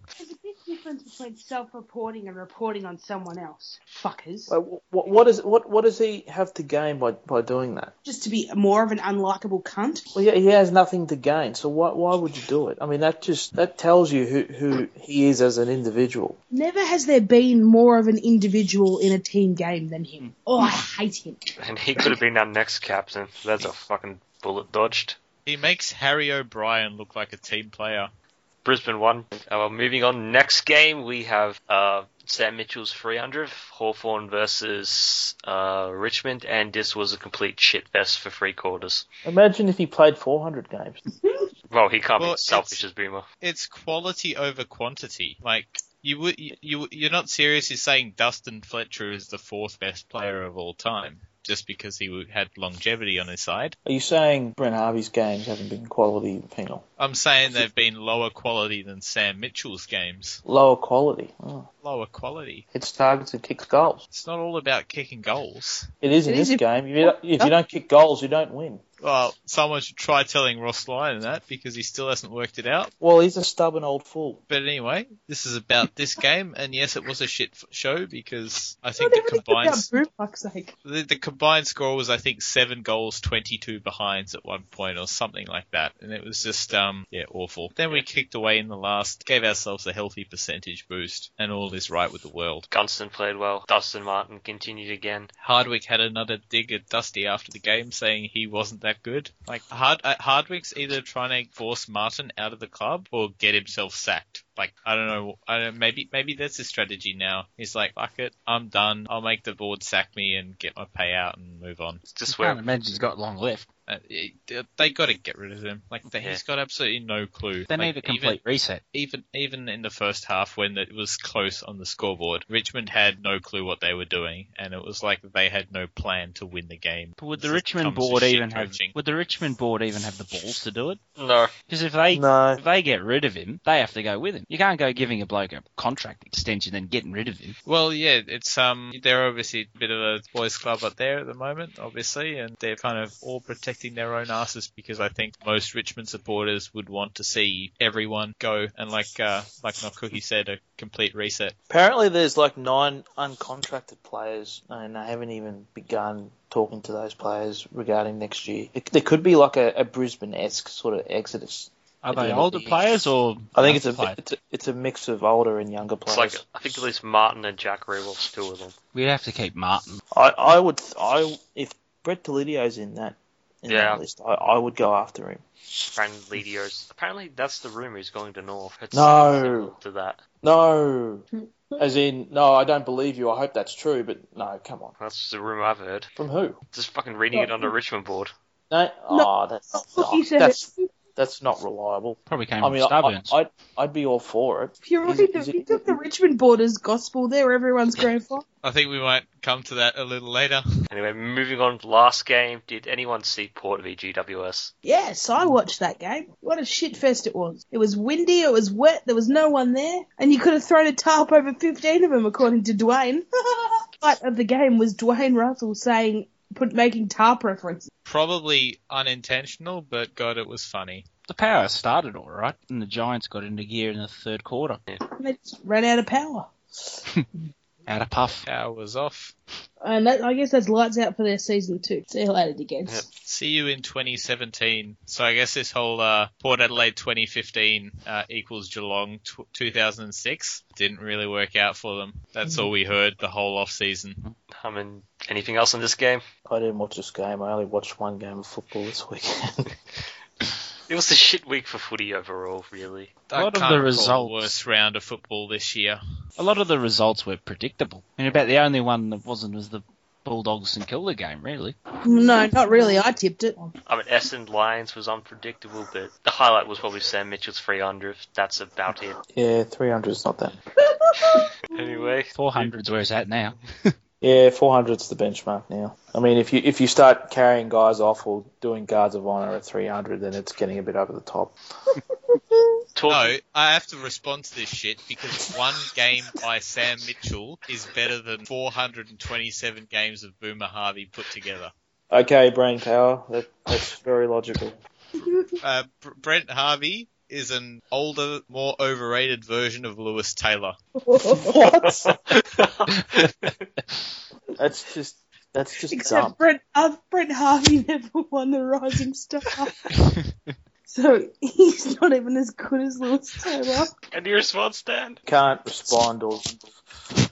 Speaker 4: difference between self-reporting and reporting on someone else, fuckers.
Speaker 2: Like, what, what is what what does he have to gain by, by doing that?
Speaker 4: Just to be more of an unlikable cunt.
Speaker 2: Well, yeah, he has nothing to gain, so why why would you do it? I mean, that just that tells you who who he is as an individual.
Speaker 4: Never has there been more of an individual in a team game than
Speaker 3: Hmm.
Speaker 4: him. Oh, I hate him.
Speaker 1: And he could have been our next captain. That's a fucking bullet dodged.
Speaker 3: He makes Harry O'Brien look like a team player.
Speaker 1: Brisbane won. Uh, well, moving on. Next game we have uh, Sam Mitchell's 300, Hawthorn versus uh, Richmond, and this was a complete shit fest for three quarters.
Speaker 2: Imagine if he played 400 games.
Speaker 1: Well, he can't
Speaker 3: Well,
Speaker 1: be selfish
Speaker 3: it's-
Speaker 1: as Boomer.
Speaker 3: It's quality over quantity. Like you would, you- you you're not serious in saying Dustin Fletcher is the fourth best player of all time just because he w- had longevity on his side.
Speaker 2: Are you saying Brent Harvey's games haven't been quality penal,
Speaker 3: I'm saying they've been lower quality than Sam Mitchell's games.
Speaker 2: lower quality? Oh.
Speaker 3: Lower quality.
Speaker 2: Hits targets and kicks goals.
Speaker 3: It's not all about kicking goals.
Speaker 2: It is in
Speaker 4: It
Speaker 2: this
Speaker 4: is if-
Speaker 2: game. If you, don't, if you don't kick goals, you don't win.
Speaker 3: Well, someone should try telling Ross Lyon that because he still hasn't worked it out.
Speaker 2: Well, he's a stubborn old fool.
Speaker 3: But anyway, this is about this game, and yes, it was a shit f- show because I think
Speaker 4: Not
Speaker 3: the
Speaker 4: everything's
Speaker 3: combined
Speaker 4: about Boo, fuck's sake.
Speaker 3: the, the combined score was I think seven goals, twenty two behinds at one point or something like that, and it was just um yeah awful. Then we kicked away in the last, gave ourselves a healthy percentage boost, and all is right with the world.
Speaker 1: Gunston played well. Dustin Martin continued again.
Speaker 3: Hardwick had another dig at Dusty after the game, saying he wasn't that good. Like Hard- uh, Hardwick's either trying to force Martin out of the club or get himself sacked. Like I don't know, I don't, maybe maybe that's his strategy now. He's like, fuck it, I'm done. I'll make the board sack me and get my payout and move on.
Speaker 1: It's just
Speaker 5: Can't
Speaker 1: where
Speaker 5: imagine he's got long left.
Speaker 3: Uh, it- they got to get rid of him. Like they,
Speaker 1: Yeah.
Speaker 3: he's got absolutely no clue.
Speaker 5: They
Speaker 3: Like,
Speaker 5: need a complete reset.
Speaker 3: Even, even even in the first half when it was close on the scoreboard, Richmond had no clue what they were doing, and it was like they had no plan to win the game.
Speaker 5: But would
Speaker 3: This
Speaker 5: the
Speaker 3: is-
Speaker 5: Richmond
Speaker 3: comes to
Speaker 5: board
Speaker 3: shit
Speaker 5: even have?
Speaker 3: coaching.
Speaker 5: Would the Richmond board even have the balls to do it?
Speaker 1: no.
Speaker 5: Because if they
Speaker 2: No.
Speaker 5: if they get rid of him, they have to go with him. You can't go giving a bloke a contract extension and getting rid of him.
Speaker 3: Well, yeah, it's um, they're obviously a bit of a boys' club up there at the moment, obviously, and they're kind of all protecting their own asses because I think most Richmond supporters would want to see everyone go and like uh, like Nokuki said, a complete reset.
Speaker 2: Apparently, there's like nine uncontracted players, and they haven't even begun talking to those players regarding next year. It, there could be like a, a Brisbane-esque sort of exodus.
Speaker 5: Are
Speaker 2: Yeah,
Speaker 5: they
Speaker 2: but
Speaker 5: older
Speaker 2: he-
Speaker 5: players or?
Speaker 2: I think it's
Speaker 5: younger
Speaker 2: a,
Speaker 5: players?
Speaker 2: it's a it's a mix of older and younger
Speaker 1: It's
Speaker 2: players.
Speaker 1: like I think at least Martin and Jack Rewolf's two of them.
Speaker 5: We'd have to keep Martin.
Speaker 2: I, I would I if Brett Delidio's in that in
Speaker 1: Yeah.
Speaker 2: that list, I, I would go after him.
Speaker 1: Fran Lidio's. Apparently that's the rumor he's going to North. It's
Speaker 2: No.
Speaker 1: similar to that.
Speaker 2: No, as in no, I don't believe you. I hope that's true, but no, come on.
Speaker 1: That's the rumor I've heard.
Speaker 2: From who?
Speaker 1: Just fucking reading it on the Richmond board.
Speaker 2: No, oh, that's
Speaker 4: Look, you
Speaker 2: oh,
Speaker 4: said
Speaker 2: that's
Speaker 4: it.
Speaker 2: that's not reliable.
Speaker 5: Probably came
Speaker 2: I mean,
Speaker 5: from
Speaker 2: I,
Speaker 5: Starburns.
Speaker 2: I, I'd I'd be all for it.
Speaker 4: If you're
Speaker 2: Is
Speaker 4: right,
Speaker 2: it-
Speaker 4: if
Speaker 2: is it-
Speaker 4: you took the Richmond Borders gospel, they're everyone's grandfather.
Speaker 3: I think we might come to that a little later.
Speaker 1: Anyway, moving on. Last game. Did anyone see Port v GWS?
Speaker 4: Yes,
Speaker 2: Hmm.
Speaker 4: I watched that game. What a shit fest it was. It was windy, it was wet, there was no one there, and you could have thrown a tarp over 15 of them, according to Dwayne. Part of the game was Dwayne Russell saying, put making tarp references.
Speaker 3: Probably unintentional, but God, it was funny.
Speaker 5: the power started all right, and the Giants got into gear in the third quarter.
Speaker 4: And they just ran out of power.
Speaker 5: Out of puff.
Speaker 3: Power was off.
Speaker 4: And that, I guess that's lights out for their season too. See you later, Dickens.
Speaker 1: Yep.
Speaker 3: See you in 2017. So I guess this whole uh, Port Adelaide 2015 uh, equals Geelong t- 2006 didn't really work out for them. That's all we heard the whole off season.
Speaker 1: I mean, Um, anything else in this game?
Speaker 2: I didn't watch this game. I only watched one game of football this weekend.
Speaker 1: It was a shit week for footy overall, really.
Speaker 5: A lot of the results-
Speaker 3: worst round of football this year.
Speaker 5: A lot of the results were predictable. I mean, about the only one that wasn't was the Bulldogs and Kilda game, really.
Speaker 4: No, not really. I tipped it.
Speaker 1: I mean, Essendon Lions was unpredictable, but the highlight was probably Sam Mitchell's 300. That's about it.
Speaker 2: yeah, three hundred is not that.
Speaker 1: Anyway,
Speaker 5: 400's where it's at now.
Speaker 2: Yeah, 400's the benchmark now. I mean, if you if you start carrying guys off or doing guards of honor at 300, then it's getting a bit over the top.
Speaker 1: talking,
Speaker 3: No, I have to respond to this shit because one game by Sam Mitchell is better than 427 games of Boomer Harvey put together.
Speaker 2: Okay, brain power. That, that's very logical.
Speaker 3: Uh, Br- Brent Harvey is an older, more overrated version of Lewis Taylor.
Speaker 2: What? that's just that's just dumb.
Speaker 4: Except Brett, uh, Brett Harvey never won the Rising Star. so he's not even as good as Lewis Taylor.
Speaker 1: And your response, Dan?
Speaker 2: Can't respond or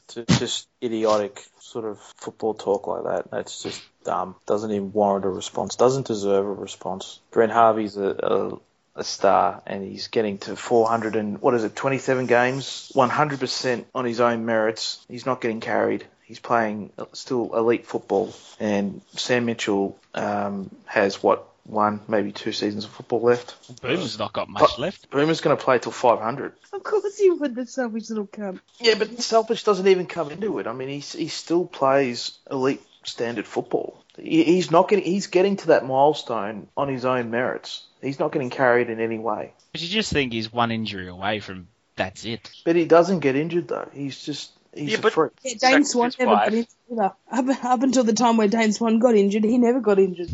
Speaker 2: to just idiotic sort of football talk like that. That's just dumb. Doesn't even warrant a response. Doesn't deserve a response. Brent Harvey's a, a a star, and he's getting to 400 and what is it, 27 games, 100% on his own merits. He's not getting carried. He's playing still elite football, and Sam Mitchell um, has what one, maybe two seasons of football left.
Speaker 5: Boomer's not got much left.
Speaker 2: Boomer's going to play till 500.
Speaker 4: Of course he would, the selfish little cunt.
Speaker 2: Yeah, but Selfish doesn't even come into it. I mean, he he still plays elite standard football. He, he's not getting he's getting to that milestone on his own merits. He's not getting carried in any way.
Speaker 5: But you just think he's one injury away from that's it.
Speaker 2: But he doesn't get injured though. He's just he's
Speaker 1: Yeah,
Speaker 2: a
Speaker 1: but-
Speaker 2: freak.
Speaker 4: Yeah, Dane
Speaker 1: That's
Speaker 4: Swan
Speaker 1: his
Speaker 4: never
Speaker 1: wife.
Speaker 4: got injured either. Up, up until the time where Dane Swan got injured, he never got injured.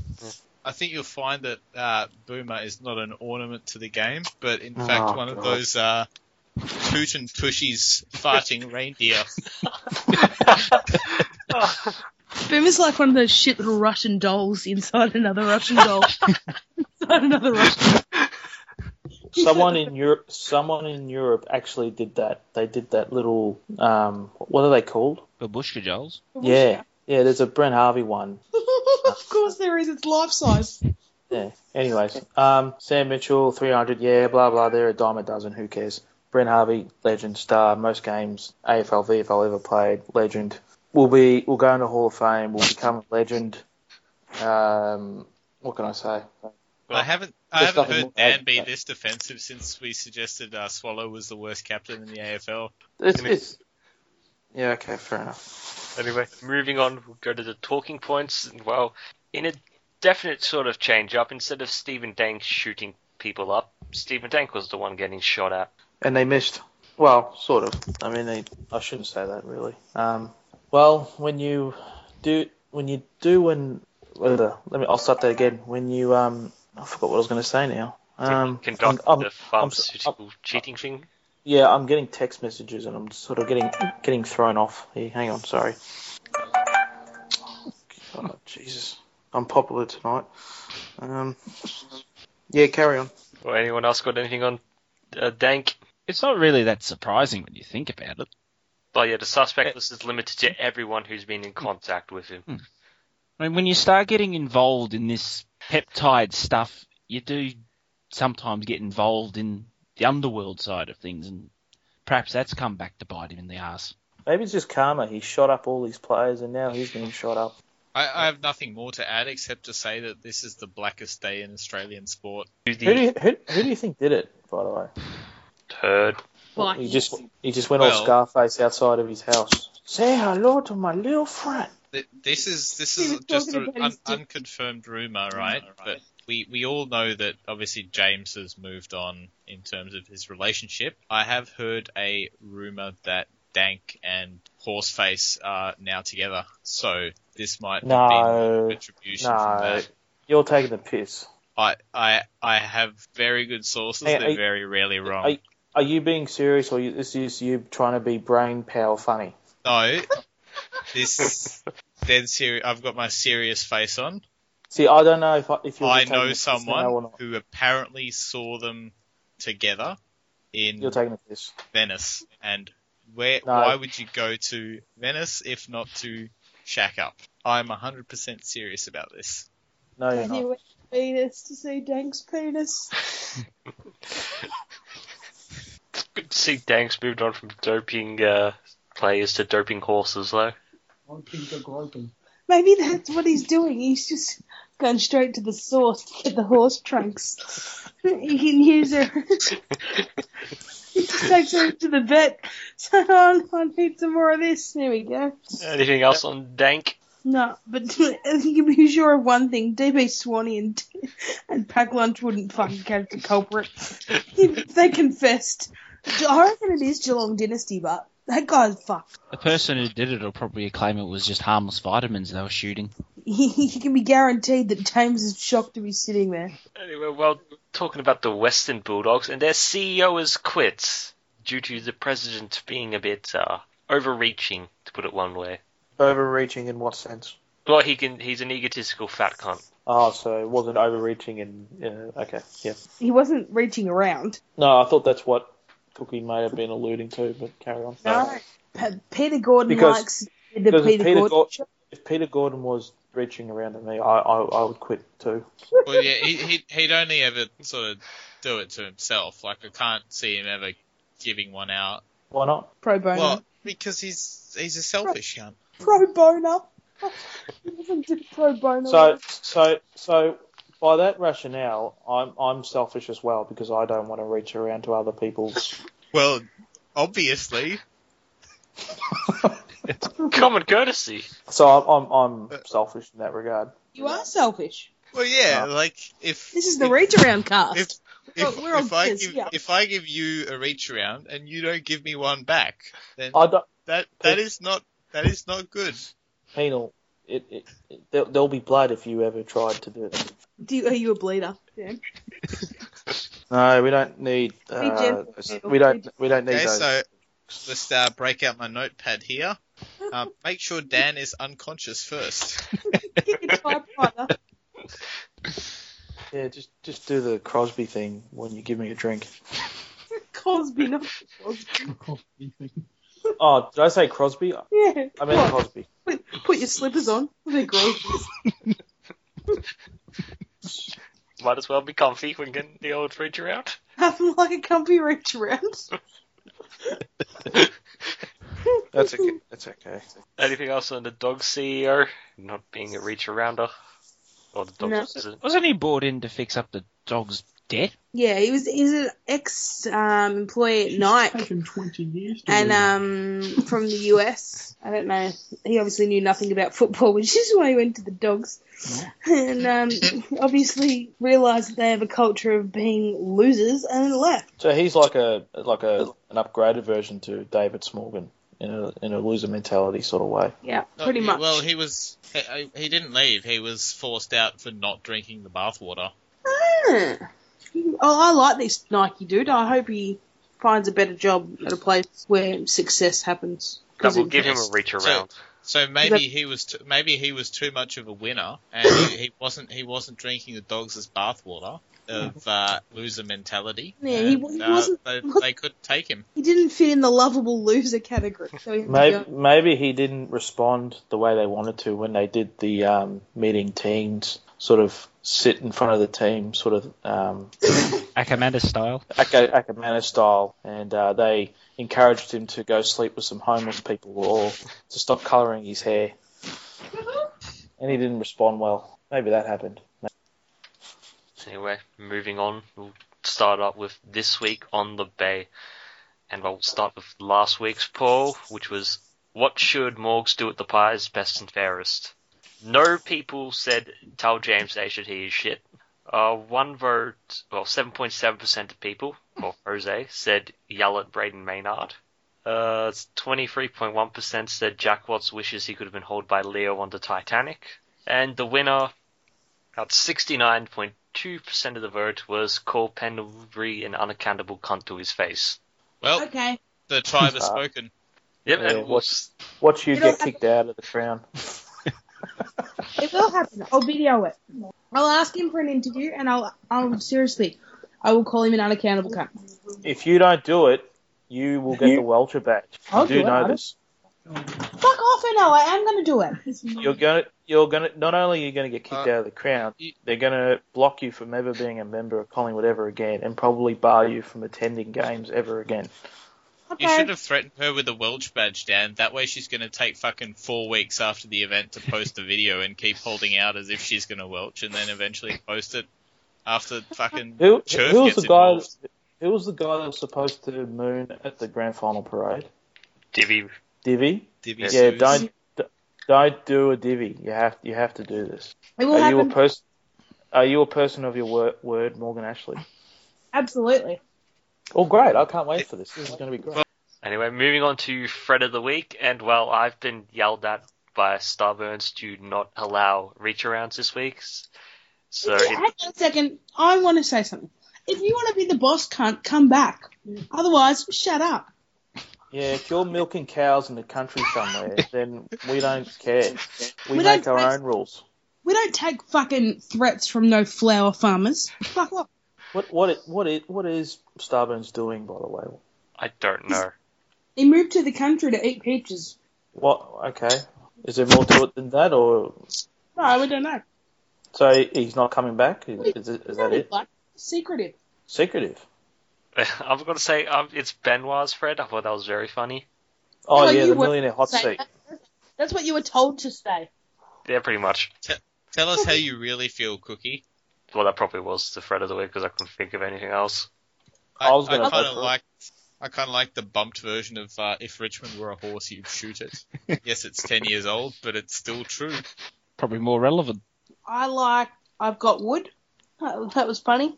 Speaker 3: I think you'll find that uh, Boomer is not an ornament to the game, but in
Speaker 2: Oh,
Speaker 3: fact one of
Speaker 2: God.
Speaker 3: those uh, toot and pushies farting reindeer.
Speaker 4: Boomer's like one of those shit little Russian dolls inside another Russian doll. inside another Russian
Speaker 2: Someone in Europe, someone in Europe actually did that. They did that little um, what are they called?
Speaker 5: Babushka Joel's.
Speaker 2: Yeah, yeah. There's a Brent Harvey one.
Speaker 4: of course there is. It's life size.
Speaker 2: Yeah. Anyways, um, Sam Mitchell, 300. Yeah, blah blah. They're a dime a dozen. Who cares? Brent Harvey, legend, star, most games, AFL, VFL ever played, legend. Will be, will go into Hall of Fame. Will become a legend. Um, what can I say?
Speaker 3: I haven't I
Speaker 2: there's
Speaker 3: haven't
Speaker 2: nothing
Speaker 3: heard
Speaker 2: more to add
Speaker 3: Dan
Speaker 2: to
Speaker 3: be
Speaker 2: that.
Speaker 3: this defensive since we suggested uh, Swallow was the worst captain in the AFL.
Speaker 2: It's,
Speaker 1: I mean-
Speaker 2: it's, yeah, okay, fair enough.
Speaker 1: Anyway, moving on, we'll go to the talking points. Well, in a definite sort of change up, instead of Stephen Dank shooting people up, Stephen Dank was the one getting shot at.
Speaker 2: And they missed. Well, sort of. I mean, they, I shouldn't say that really. Um, well, when you do, when you do, when uh, let me, I'll start that again. When you, um, I forgot what I was going to say now. Um,
Speaker 1: conduct
Speaker 2: I'm- I'm-
Speaker 1: the pharmaceutical cheating thing.
Speaker 2: yeah, I'm getting text messages and I'm sort of getting getting thrown off. Here, hang on, sorry. God, Jesus, I'm popular tonight. Um, yeah, carry on.
Speaker 1: Or anyone else got anything on uh, Dank?
Speaker 5: It's not really that surprising when you think about it.
Speaker 1: But yeah, the
Speaker 2: Eh.
Speaker 1: suspect list is limited to everyone who's been in contact with him.
Speaker 5: I mean, when you start getting involved in this peptide stuff, you do sometimes get involved in the underworld side of things, and perhaps that's come back to bite him in the ass.
Speaker 2: Maybe it's just karma. He shot up all these players and now he's getting shot up.
Speaker 3: I, I have nothing more to add except to say that this is the blackest day in Australian sport.
Speaker 1: Who
Speaker 2: Who do
Speaker 1: the
Speaker 2: you, who, who do you think did it? By the way.
Speaker 1: third?
Speaker 4: Like,
Speaker 2: He just he just went
Speaker 3: Well-
Speaker 2: all Scarface outside of his house. Say hello to my little friend.
Speaker 3: Th- This is this
Speaker 4: He
Speaker 3: is
Speaker 4: was
Speaker 3: just
Speaker 4: talking
Speaker 3: an
Speaker 4: about
Speaker 3: un-
Speaker 4: his dick.
Speaker 3: unconfirmed rumor, right? But we we all know that obviously James has moved on in terms of his relationship. I have heard a rumor that Dank and Horseface are now together, so this might
Speaker 2: No.
Speaker 3: have been retribution from
Speaker 2: No,
Speaker 3: that.
Speaker 2: you're taking the piss.
Speaker 3: I I I have very good sources.
Speaker 2: Hey,
Speaker 3: They're
Speaker 2: are-
Speaker 3: very rarely wrong.
Speaker 2: are- Are you being serious, or you, this is you trying to be brain power funny?
Speaker 3: no, this then serious. I've got my serious face on.
Speaker 2: See, I don't know if I, if you're.
Speaker 3: I
Speaker 2: just taking the
Speaker 3: know
Speaker 2: piss now or
Speaker 3: someone
Speaker 2: not.
Speaker 3: who apparently saw them together in
Speaker 2: You're taking the piss.
Speaker 3: Venice. And where?
Speaker 2: No.
Speaker 3: Why would you go to Venice if not to shack up? I'm 100% serious about this.
Speaker 2: No, you're
Speaker 4: Have you
Speaker 2: not.
Speaker 4: went to penis to see Dank's penis?
Speaker 1: Good to see Dank's moved on from doping uh, players to doping horses, though.
Speaker 4: Maybe that's what he's doing. He's just gone straight to the source to get the horse trunks. he can use her. he just takes her to the vet. So oh, I need some more of this. There we go.
Speaker 1: Anything else on Dank?
Speaker 4: No, but you can be sure of one thing: DB Swanee and and Pack Lunch wouldn't fucking catch the culprit. If they confessed. I reckon it is Geelong Dynasty, but that guy's fucked.
Speaker 5: The person who did it will probably claim it was just harmless vitamins they were shooting.
Speaker 4: He, he can be guaranteed that James is shocked to be sitting there.
Speaker 1: Anyway, well, talking about the Western Bulldogs, and their E CEO has quit due to the president being a bit uh, overreaching, to put it one way.
Speaker 2: Overreaching in what sense?
Speaker 1: Well, he can. He's an egotistical fat cunt.
Speaker 2: Oh, so it wasn't overreaching in. Yeah, okay, yeah.
Speaker 4: He wasn't reaching around.
Speaker 2: No, I thought that's what Cookie may have been alluding to, but carry on.
Speaker 4: P- Peter Gordon
Speaker 2: Because-
Speaker 4: likes the
Speaker 2: because if
Speaker 4: Peter,
Speaker 2: Peter
Speaker 4: Gordon
Speaker 2: Gor-
Speaker 4: show.
Speaker 2: If Peter Gordon was reaching around at me, I, I, I would quit too.
Speaker 3: Well, yeah, he, he, he'd only ever sort of do it to himself. Like, I can't see him ever giving one out.
Speaker 2: Why not?
Speaker 4: Pro bono.
Speaker 3: Well, because he's he's a selfish cunt.
Speaker 4: Pro bono. he doesn't do pro bono.
Speaker 2: So, so, so by that rationale, I'm, I'm selfish as well because I don't want to reach around to other people's.
Speaker 3: Well, obviously.
Speaker 1: Common courtesy.
Speaker 2: So I'm, I'm, I'm selfish in that regard.
Speaker 4: you are selfish.
Speaker 3: Well, yeah, like, if.
Speaker 4: This is the
Speaker 3: if-
Speaker 4: reach around cast.
Speaker 3: If,
Speaker 4: We're all-
Speaker 3: if,
Speaker 4: we're all
Speaker 3: if, I
Speaker 4: kids,
Speaker 3: give,
Speaker 4: yeah.
Speaker 3: if I give you a reach around and you don't give me one back, then
Speaker 2: I don't
Speaker 3: that that is not that is not good.
Speaker 2: penal. It, it, it there, there'll be blood if you ever tried to do that.
Speaker 4: Do you, are you a bleeder? Yeah.
Speaker 2: No, we don't need. Uh,
Speaker 4: gentle,
Speaker 2: those-
Speaker 4: Penal.
Speaker 2: we don't. We don't need
Speaker 3: Okay,
Speaker 2: those.
Speaker 3: so let's uh, break out my notepad here. Uh, make sure Dan is unconscious first.
Speaker 4: Get your typewriter.
Speaker 2: Yeah, just just do the Crosby thing when you give me a drink.
Speaker 4: Cosby, not Cosby.
Speaker 2: Oh, did I say Crosby?
Speaker 4: Yeah.
Speaker 2: I meant
Speaker 4: What?
Speaker 2: Crosby.
Speaker 4: Put, put your slippers on. They're gross.
Speaker 1: Might as well be comfy when getting the old fridge around.
Speaker 4: Have them like a comfy reach around.
Speaker 2: That's okay. That's okay.
Speaker 1: Anything else on the dog CEO not being a reach arounder? Or the dog
Speaker 4: No.
Speaker 1: president?
Speaker 5: Wasn't he brought in to fix up the dog's debt?
Speaker 4: Yeah, he was he's an ex um, employee at
Speaker 6: It's
Speaker 4: Nike
Speaker 6: taken 20 years to
Speaker 4: and
Speaker 6: do that.
Speaker 4: um, from the US. I don't know. He obviously knew nothing about football, which is why he went to the dogs. And um, obviously realised that they have a culture of being losers and left.
Speaker 2: So he's like a like a an upgraded version to David Smorgan in a in a loser mentality sort of way.
Speaker 4: Yeah,
Speaker 3: No,
Speaker 4: pretty
Speaker 3: he-
Speaker 4: much.
Speaker 3: Well, he was he, he didn't leave. He was forced out for not drinking the bathwater.
Speaker 4: Ah. Oh, I like this Nike dude. I hope he finds a better job at a place where success happens.
Speaker 1: That
Speaker 4: 'Cause
Speaker 1: will
Speaker 4: it-
Speaker 1: give him a reach around.
Speaker 3: So maybe he was t- maybe he was too much of a winner, and he, he wasn't he wasn't drinking the dogs' bathwater of uh, loser mentality.
Speaker 4: Yeah, he
Speaker 3: And,
Speaker 4: wa- he
Speaker 3: uh,
Speaker 4: wasn't-
Speaker 3: They,
Speaker 4: wasn't-
Speaker 3: they couldn't take him.
Speaker 4: He didn't fit in the lovable loser category. So he had to
Speaker 2: Maybe
Speaker 4: go.
Speaker 2: maybe he didn't respond the way they wanted to when they did the um, meeting teams sort of sit in front of the team sort of um,
Speaker 5: Akamanda style.
Speaker 2: Aka- Akamana style, and uh, they encouraged him to go sleep with some homeless people or to stop colouring his hair. And he didn't respond well. Maybe that happened.
Speaker 1: Anyway, moving on. We'll start up with this week on the Bay. And I'll start with last week's poll, which was what should Morgs do at the Pies best and fairest? No people said tell James they should hear his shit. Uh, one vote, well, 7.7% of people, or Jose, said yell at Braden Maynard. Uh, it's 23.1% said Jack Watts wishes he could have been hauled by Leo on the Titanic. And the winner, about 69.2% of the vote was call Pendlebury an unaccountable cunt to his face.
Speaker 3: Well,
Speaker 4: Okay.
Speaker 3: the tribe has spoken.
Speaker 1: Yep,
Speaker 2: Yeah,
Speaker 1: and we'll
Speaker 2: what's- Watch you
Speaker 4: You don't
Speaker 2: get kicked out of the crown.
Speaker 4: It will happen. I'll video it. I'll ask him for an interview, and I'll, I'll seriously, I will call him an unaccountable cunt.
Speaker 2: If you don't do it, you will get the Welcher badge.
Speaker 4: I'll
Speaker 2: You do
Speaker 4: do it, I
Speaker 2: know
Speaker 4: don't-
Speaker 2: this.
Speaker 4: Fuck off, I know. I am going to do it.
Speaker 2: You're gonna, you're gonna. Not only are you gonna get kicked
Speaker 3: Uh,
Speaker 2: out of the crown,
Speaker 3: you-
Speaker 2: they're gonna block you from ever being a member of Collingwood ever again, and probably bar you from attending games ever again.
Speaker 4: Okay.
Speaker 3: You should have threatened her with a Welch badge, Dan. That way, she's going to take fucking four weeks after the event to post the video and keep holding out as if she's going to Welch, and then eventually post it after fucking
Speaker 2: Who,
Speaker 3: Church
Speaker 2: who was
Speaker 3: gets
Speaker 2: the guy?
Speaker 3: involved.
Speaker 2: Who was the guy that was supposed to moon at the grand final parade?
Speaker 1: divvy.
Speaker 2: Divvy.
Speaker 3: Divvy
Speaker 2: yeah,
Speaker 3: Sues.
Speaker 2: don't d- don't do a divvy. You have you have to do this.
Speaker 4: It will
Speaker 2: Are you a
Speaker 4: happen.
Speaker 2: person? Are you a person of your word, word Morgan Ashley?
Speaker 4: Absolutely.
Speaker 2: Oh, great! I can't wait for this. This is going to be great.
Speaker 1: Anyway, moving on to Fred of the Week, and well, I've been yelled at by Starburns to not allow reach arounds this week. So,
Speaker 4: Hang
Speaker 1: it,
Speaker 4: on a second. I want to say something. If you want to be the boss, cunt, come back. Otherwise, shut up.
Speaker 2: Yeah, if you're milking cows in the country somewhere, then we don't care. We,
Speaker 4: We
Speaker 2: make
Speaker 4: don't
Speaker 2: our
Speaker 4: care.
Speaker 2: own rules.
Speaker 4: We don't take fucking threats from no flower farmers. Fuck off.
Speaker 2: What what it, what it, what is Starburns doing by the way?
Speaker 1: I don't know.
Speaker 4: He moved to the country to eat peaches.
Speaker 2: What okay? Is there more to it than that, or
Speaker 4: No, we don't know.
Speaker 2: so he's not coming back? Is, is, it- is that it?
Speaker 4: Like, secretive.
Speaker 2: Secretive.
Speaker 1: I've got to say, um, it's Benoit's Fred. I thought that was very funny.
Speaker 2: Oh
Speaker 4: Like
Speaker 2: yeah,
Speaker 4: you
Speaker 2: the
Speaker 4: were
Speaker 2: millionaire hot
Speaker 4: saying
Speaker 2: seat.
Speaker 4: that. That's what you were told to say.
Speaker 1: Yeah, pretty much.
Speaker 3: Tell us how you really feel, Cookie.
Speaker 1: Well, that probably was the Fred of the week because I couldn't think of anything else.
Speaker 2: I was gonna
Speaker 3: kind
Speaker 2: vote
Speaker 3: of
Speaker 2: for it.
Speaker 3: like. I kind of like the bumped version of uh, "If Richmond were a horse, you'd shoot it." yes, it's ten years old, but it's still true.
Speaker 5: Probably more relevant.
Speaker 4: I like I've got wood. That, that was funny.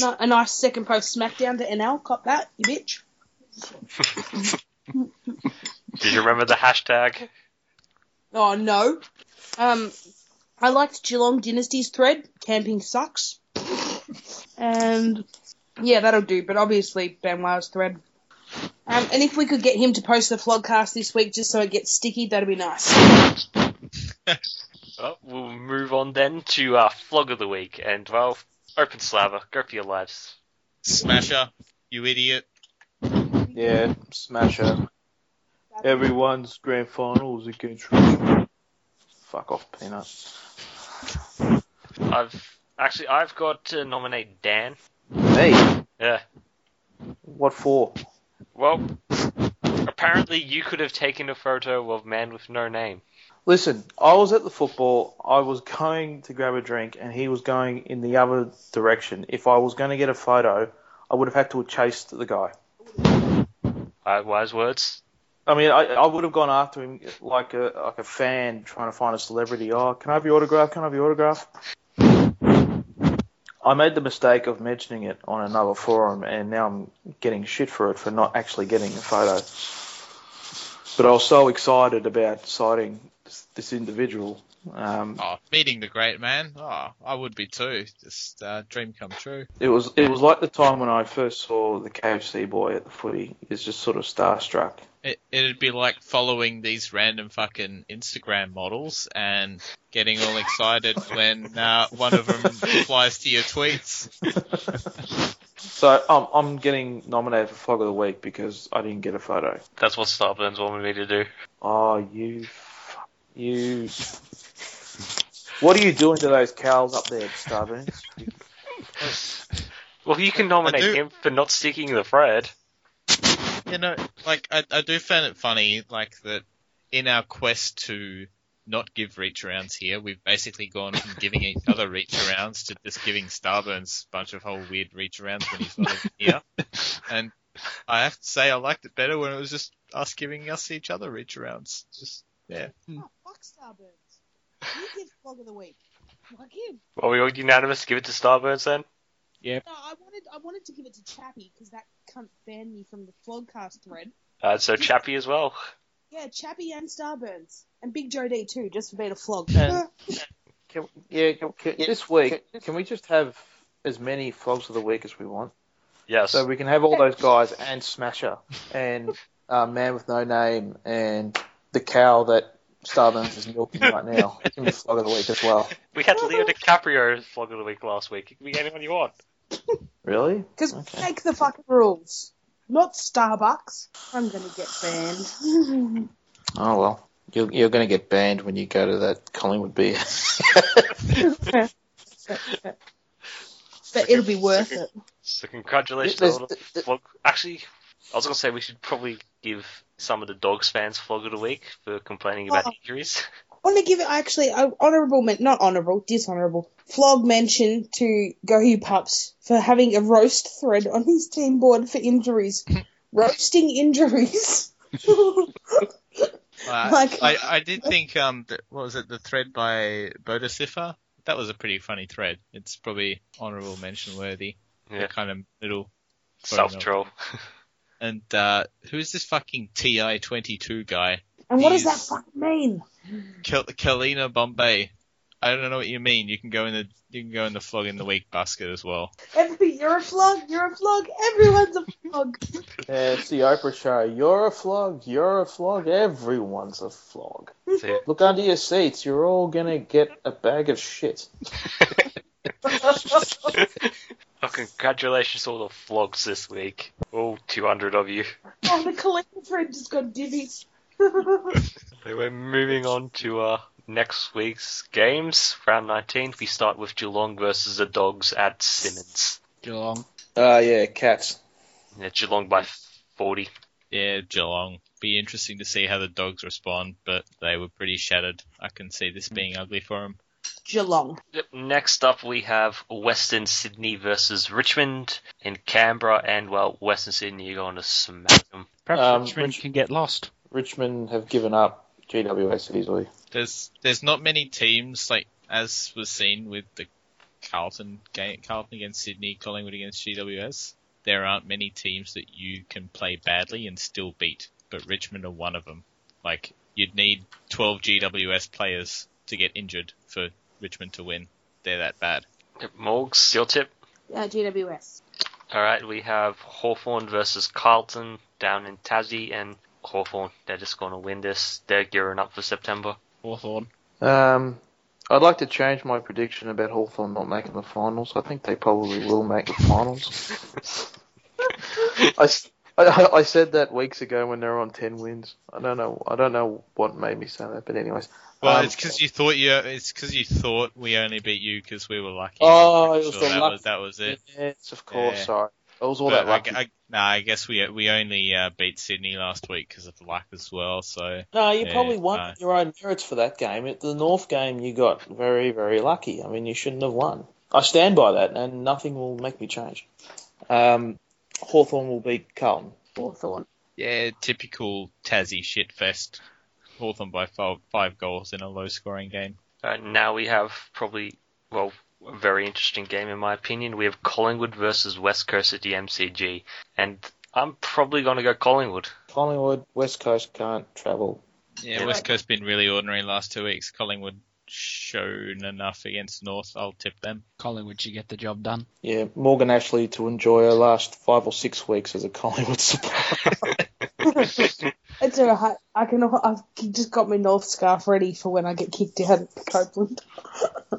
Speaker 4: No, a nice second post smackdown to NL. Cop that, you bitch.
Speaker 1: Did you remember the hashtag?
Speaker 4: Oh no. Um, I liked Geelong Dynasty's thread. Camping sucks. and yeah, that'll do. But obviously Ben Wow's thread. Um, and if we could get him to post the vlogcast this week just so it gets sticky, that'd be nice.
Speaker 1: Oh, we'll move on then to uh, flog of the week and well, open slaver. Go for your lives.
Speaker 3: Smasher, you idiot!
Speaker 2: Yeah, smasher. Everyone's grand final is against Richmond. Fuck off, Peanut.
Speaker 1: I've actually I've got to nominate Dan.
Speaker 2: Hey,
Speaker 1: Yeah.
Speaker 2: what for?
Speaker 1: Well, apparently you could have taken a photo of man with no name.
Speaker 2: Listen, I was at the football. I was going to grab a drink, and he was going in the other direction. If I was going to get a photo, I would have had to have chased the guy.
Speaker 1: Uh, wise words.
Speaker 2: I mean, I, I would have gone after him like a like a fan trying to find a celebrity. Oh, can I have your autograph? Can I have your autograph? I made the mistake of mentioning it on another forum, and now I'm getting shit for it for not actually getting a photo. But I was so excited about sighting this, this individual. Um,
Speaker 3: Oh, meeting the great man. Oh, I would be too. Just uh, dream come true.
Speaker 2: it was it was like the time when I first saw the KFC boy at the footy. It's just sort of starstruck.
Speaker 3: It, it'd be like following these random fucking Instagram models and getting all excited when uh, one of them replies to your tweets.
Speaker 2: So um, I'm getting nominated for Flog of the Week because I didn't get a photo.
Speaker 1: That's what Starburns wanted me to do.
Speaker 2: Oh, you, f- you. What are you doing to those cows up there, Starburns?
Speaker 1: Well, you can nominate
Speaker 3: I do-
Speaker 1: him for not sticking the thread.
Speaker 3: You know, like I, I do find it funny, like that in our quest to not give reach arounds here, we've basically gone from giving each other reach arounds to just giving Starburns a bunch of whole weird reach arounds when he's not even here. And I have to say, I liked it better when it was just us giving us each other reach arounds. Just yeah.
Speaker 4: Oh, fuck Starburns. You give Flog of the Week. Fuck him.
Speaker 1: Are we all unanimous? Give it to Starburns then.
Speaker 4: No, I wanted, I wanted to give it to Chappie because that cunt banned me from the Flogcast thread.
Speaker 1: Uh, so Chappie as well.
Speaker 4: Yeah, Chappie and Starburns. And Big Joe D too, just for being a flog.
Speaker 2: And- Can, yeah, can, can, this week, can we just have as many Flogs of the Week as we want?
Speaker 1: Yes.
Speaker 2: So we can have all those guys and Smasher and uh, Man with No Name and the cow that Starburns is milking right now. Give me Flog of the Week as well.
Speaker 1: We had Leo DiCaprio flog of the week last week. It can be anyone you want.
Speaker 2: Really?
Speaker 4: Because
Speaker 2: Okay.
Speaker 4: we make the fucking rules. Not Starbucks. I'm gonna get banned.
Speaker 2: Oh, well. You're, you're going to get banned when you go to that Collingwood beer.
Speaker 4: but it'll be worth it.
Speaker 1: So congratulations.
Speaker 2: There's-
Speaker 1: on the flog. Actually, I was going to say we should probably give some of the Dogs fans flog of the week for complaining about
Speaker 4: Oh.
Speaker 1: injuries.
Speaker 4: I want to give it actually a honourable, men- not honourable, dishonourable, flog mention to Gohu Pups for having a roast thread on his team board for injuries. Roasting injuries.
Speaker 3: Uh,
Speaker 4: Like-
Speaker 3: I, I did think um that, what was it the thread by Bodhisifa? That was a pretty funny thread. It's probably honourable mention worthy.
Speaker 1: Yeah.
Speaker 3: The kind of middle.
Speaker 1: Self troll.
Speaker 3: And uh, who's this fucking TI twenty two guy?
Speaker 4: and what does
Speaker 3: Jeez.
Speaker 4: that fucking mean?
Speaker 3: Kel- Kalina Bombay. I- I don't know what you mean. You can go in the you can go in the flog in the week basket as well.
Speaker 4: FB, you're a flog, you're a flog, everyone's a flog.
Speaker 2: Yeah, it's the Oprah show. You're a flog. You're a flog. Everyone's a flog.
Speaker 1: See,
Speaker 2: Look under your seats. You're all gonna get a bag of shit.
Speaker 1: oh, congratulations to all the vlogs this week. All 200 of you.
Speaker 4: oh, the collector thread just got divvied.
Speaker 1: So we're moving on to uh, next week's games. Round 19, we start with Geelong versus the Dogs at Simmons.
Speaker 5: Geelong.
Speaker 2: Ah, yeah, cats.
Speaker 1: Yeah, Geelong by 40.
Speaker 3: Yeah, Geelong. Be interesting to see how the dogs respond, but they were pretty shattered. I can see this being ugly for them.
Speaker 4: Geelong.
Speaker 1: Yep, Next up, we have Western Sydney versus Richmond in Canberra, and well, Western Sydney are going to smack them.
Speaker 5: Perhaps
Speaker 2: Um,
Speaker 5: Richmond
Speaker 2: Rich-
Speaker 5: can get lost.
Speaker 2: Richmond have given up GWS easily.
Speaker 3: There's there's not many teams like as was seen with the Carlton game, Carlton against Sydney, Collingwood against GWS. There aren't many teams that you can play badly and still beat, but Richmond are one of them. Like you'd need 12 GWS players to get injured for Richmond to win. They're that bad.
Speaker 1: Yep, Morgs, your tip.
Speaker 4: Uh, GWS.
Speaker 1: All right, we have Hawthorn versus Carlton down in Tassie, and Hawthorn, they're just going to win this. They're gearing up for September.
Speaker 5: Hawthorn.
Speaker 2: Um, I'd like to change my prediction about Hawthorn not making the finals. I think they probably will make the finals. I, s- I- I said that weeks ago when they were on ten wins. I don't know. I don't know what made me say that, but anyways.
Speaker 3: Well,
Speaker 2: Um,
Speaker 3: it's 'cause it's because you thought you. It's because you thought we only beat you because we were lucky.
Speaker 2: Oh, it was
Speaker 3: So
Speaker 2: the
Speaker 3: that
Speaker 2: luck-
Speaker 3: Was, that was it.
Speaker 2: Yes, of course.
Speaker 3: Yeah.
Speaker 2: Sorry, it was all
Speaker 3: But
Speaker 2: that luck.
Speaker 3: I, I, nah, I guess we we only uh, beat Sydney last week because of luck as well. So
Speaker 2: No, you
Speaker 3: Yeah,
Speaker 2: probably won
Speaker 3: no.
Speaker 2: your own merits for that game. At the North game, you got very, very lucky. I mean, you shouldn't have won. I stand by that, and nothing will make me change. Um, Hawthorn will beat Carlton.
Speaker 4: Hawthorn.
Speaker 3: yeah, typical Tassie shit fest. Hawthorn by five, five goals in a low scoring game.
Speaker 1: Uh, now we have probably, well, a very interesting game in my opinion. We have Collingwood versus West Coast at the MCG, and I'm probably going to go Collingwood.
Speaker 2: Collingwood, West Coast can't travel.
Speaker 3: Yeah,
Speaker 1: Yeah.
Speaker 3: West Coast been really ordinary last two weeks. Collingwood shown enough against North. I'll tip them.
Speaker 5: Collingwood should get the job done.
Speaker 2: Yeah, Morgan Ashley to enjoy her last five or six weeks as a Collingwood supporter.
Speaker 4: It's alright. I can. I've just got my North scarf ready for when I get kicked out at Copeland.
Speaker 2: well,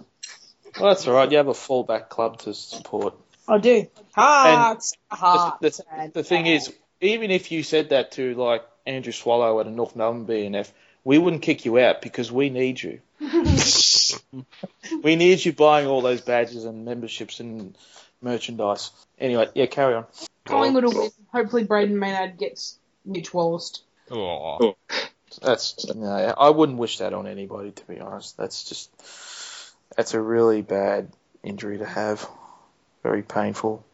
Speaker 2: that's all right. You have a fallback club to support.
Speaker 4: I do. Hearts, hearts.
Speaker 2: the, the,
Speaker 4: and
Speaker 2: the thing is, even if you said that to like Andrew Swallow at a North Melbourne BNF, we wouldn't kick you out because we need you. we need you buying all those badges and memberships and merchandise. Anyway, yeah, carry on.
Speaker 4: Collingwood will win. Hopefully, Braden Maynard gets Mitch Wallace.
Speaker 3: Oh,
Speaker 2: That's no, I wouldn't wish that on anybody to be honest. That's just that's a really bad injury to have. Very painful.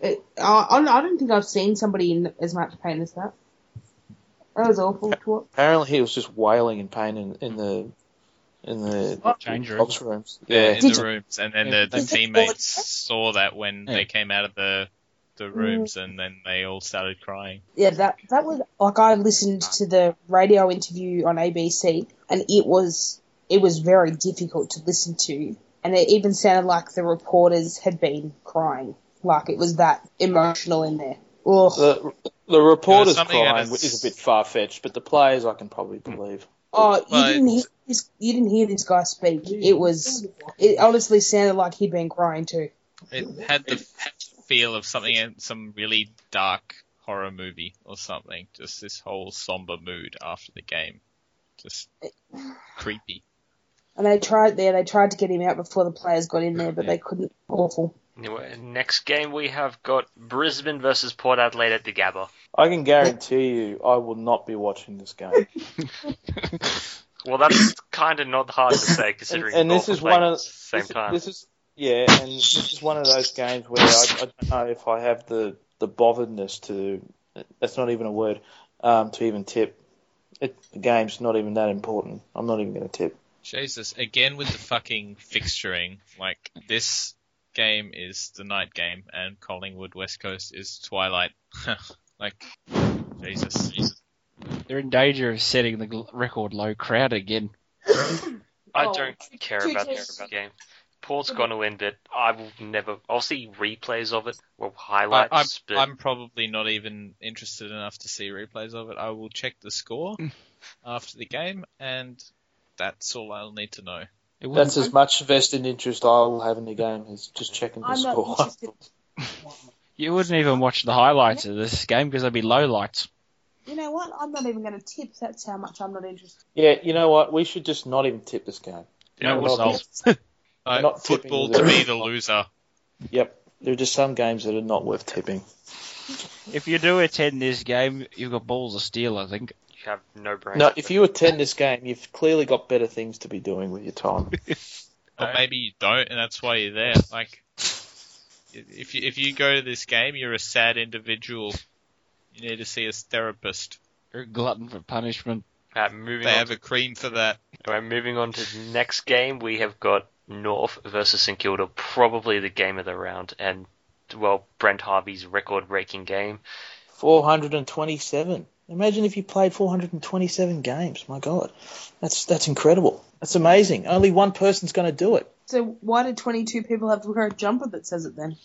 Speaker 4: It, I, I don't- I don't think I've seen somebody in as much pain as that. That was awful. To watch.
Speaker 2: Apparently, he was just wailing in pain in, in the in the
Speaker 5: Change room.
Speaker 2: box rooms.
Speaker 3: yeah,
Speaker 2: Yeah,
Speaker 3: in
Speaker 4: Did
Speaker 3: the
Speaker 4: you-
Speaker 3: rooms, and then
Speaker 5: Yeah.
Speaker 3: the, the
Speaker 4: Did you-
Speaker 3: teammates saw that when
Speaker 5: Yeah.
Speaker 3: they came out of the the rooms, and then they all started crying.
Speaker 4: Yeah, that that was like I listened to the radio interview on ABC, and it was it was very difficult to listen to, and it even sounded like the reporters had been crying, like it was that emotional in there. Ugh.
Speaker 2: The, the reporters
Speaker 3: something that
Speaker 2: crying
Speaker 3: is- Hmm.
Speaker 2: is a bit far fetched, but the players I can probably believe.
Speaker 4: Oh, you
Speaker 3: Well,
Speaker 4: didn't hear this, you didn't hear this guy speak. It was it honestly sounded like he'd been crying too.
Speaker 3: It had the feel of something in some really dark horror movie or something. Just this whole somber mood after the game. Just creepy.
Speaker 4: And they tried there, they tried to get him out before the players got in there, but they couldn't. Awful.
Speaker 1: Anyway, next game we have got Brisbane versus Port Adelaide at the Gabba.
Speaker 2: I can guarantee you, I will not be watching this game.
Speaker 1: Well, that's kind of not hard to say considering.
Speaker 2: And this
Speaker 1: both
Speaker 2: is
Speaker 1: are playing
Speaker 2: one of-
Speaker 1: at the same
Speaker 2: this,
Speaker 1: time.
Speaker 2: This is yeah, and this is one of those games where I, I don't know if I have the the botheredness to. That's not even a word um, to even tip. It, the game's not even that important. I'm not even going to tip.
Speaker 3: Jesus. Again with the fucking fixturing. Like, this game is the night game and Collingwood West Coast is Twilight. like, Jesus.
Speaker 5: They're in danger of setting the gl- record low crowd again.
Speaker 1: I
Speaker 4: Oh,
Speaker 1: don't
Speaker 4: two-
Speaker 1: care
Speaker 4: two
Speaker 1: about the
Speaker 4: tastes.
Speaker 1: about the game. Paul's gonna win, but I will never. I'll see replays of it or highlights.
Speaker 3: I'm,
Speaker 1: but
Speaker 3: I'm probably not even interested enough to see replays of it. I will check the score after the game, and that's all I'll need to know.
Speaker 5: It
Speaker 2: That's
Speaker 5: wasn't,
Speaker 2: as much vested interest I will have in the game is just checking the
Speaker 4: I'm not
Speaker 2: score.
Speaker 4: interested.
Speaker 5: you wouldn't even watch the highlights of this game because they'd be low lights.
Speaker 4: You know what? I'm not even going to tip. That's how much I'm not interested.
Speaker 2: yeah, you know what? We should just not even tip this game.
Speaker 5: No,
Speaker 3: Yeah,
Speaker 5: it wasn't.
Speaker 3: Like,
Speaker 2: not tipping
Speaker 3: football
Speaker 2: the-
Speaker 3: to be the loser.
Speaker 2: Yep. There are just some games that are not worth tipping.
Speaker 5: If you do attend this game, you've got balls of steel, I think.
Speaker 1: you have no brain.
Speaker 2: No, if you attend this game, you've clearly got better things to be doing with your time.
Speaker 3: Or maybe you don't, and that's why you're there. Like, if you, if you go to this game, you're a sad individual. You need to see a therapist.
Speaker 5: You're a glutton for punishment.
Speaker 1: Alright, moving
Speaker 3: They
Speaker 1: on.
Speaker 3: have a cream for that.
Speaker 1: Alright, moving on to the next game. We have got North versus St Kilda, probably the game of the round, and well, Brent Harvey's record-breaking game.
Speaker 2: 427. Imagine if you played 427 games. My God, that's that's incredible. That's amazing. Only one person's going to do it.
Speaker 4: So why do 22 people have to wear a jumper that says it then?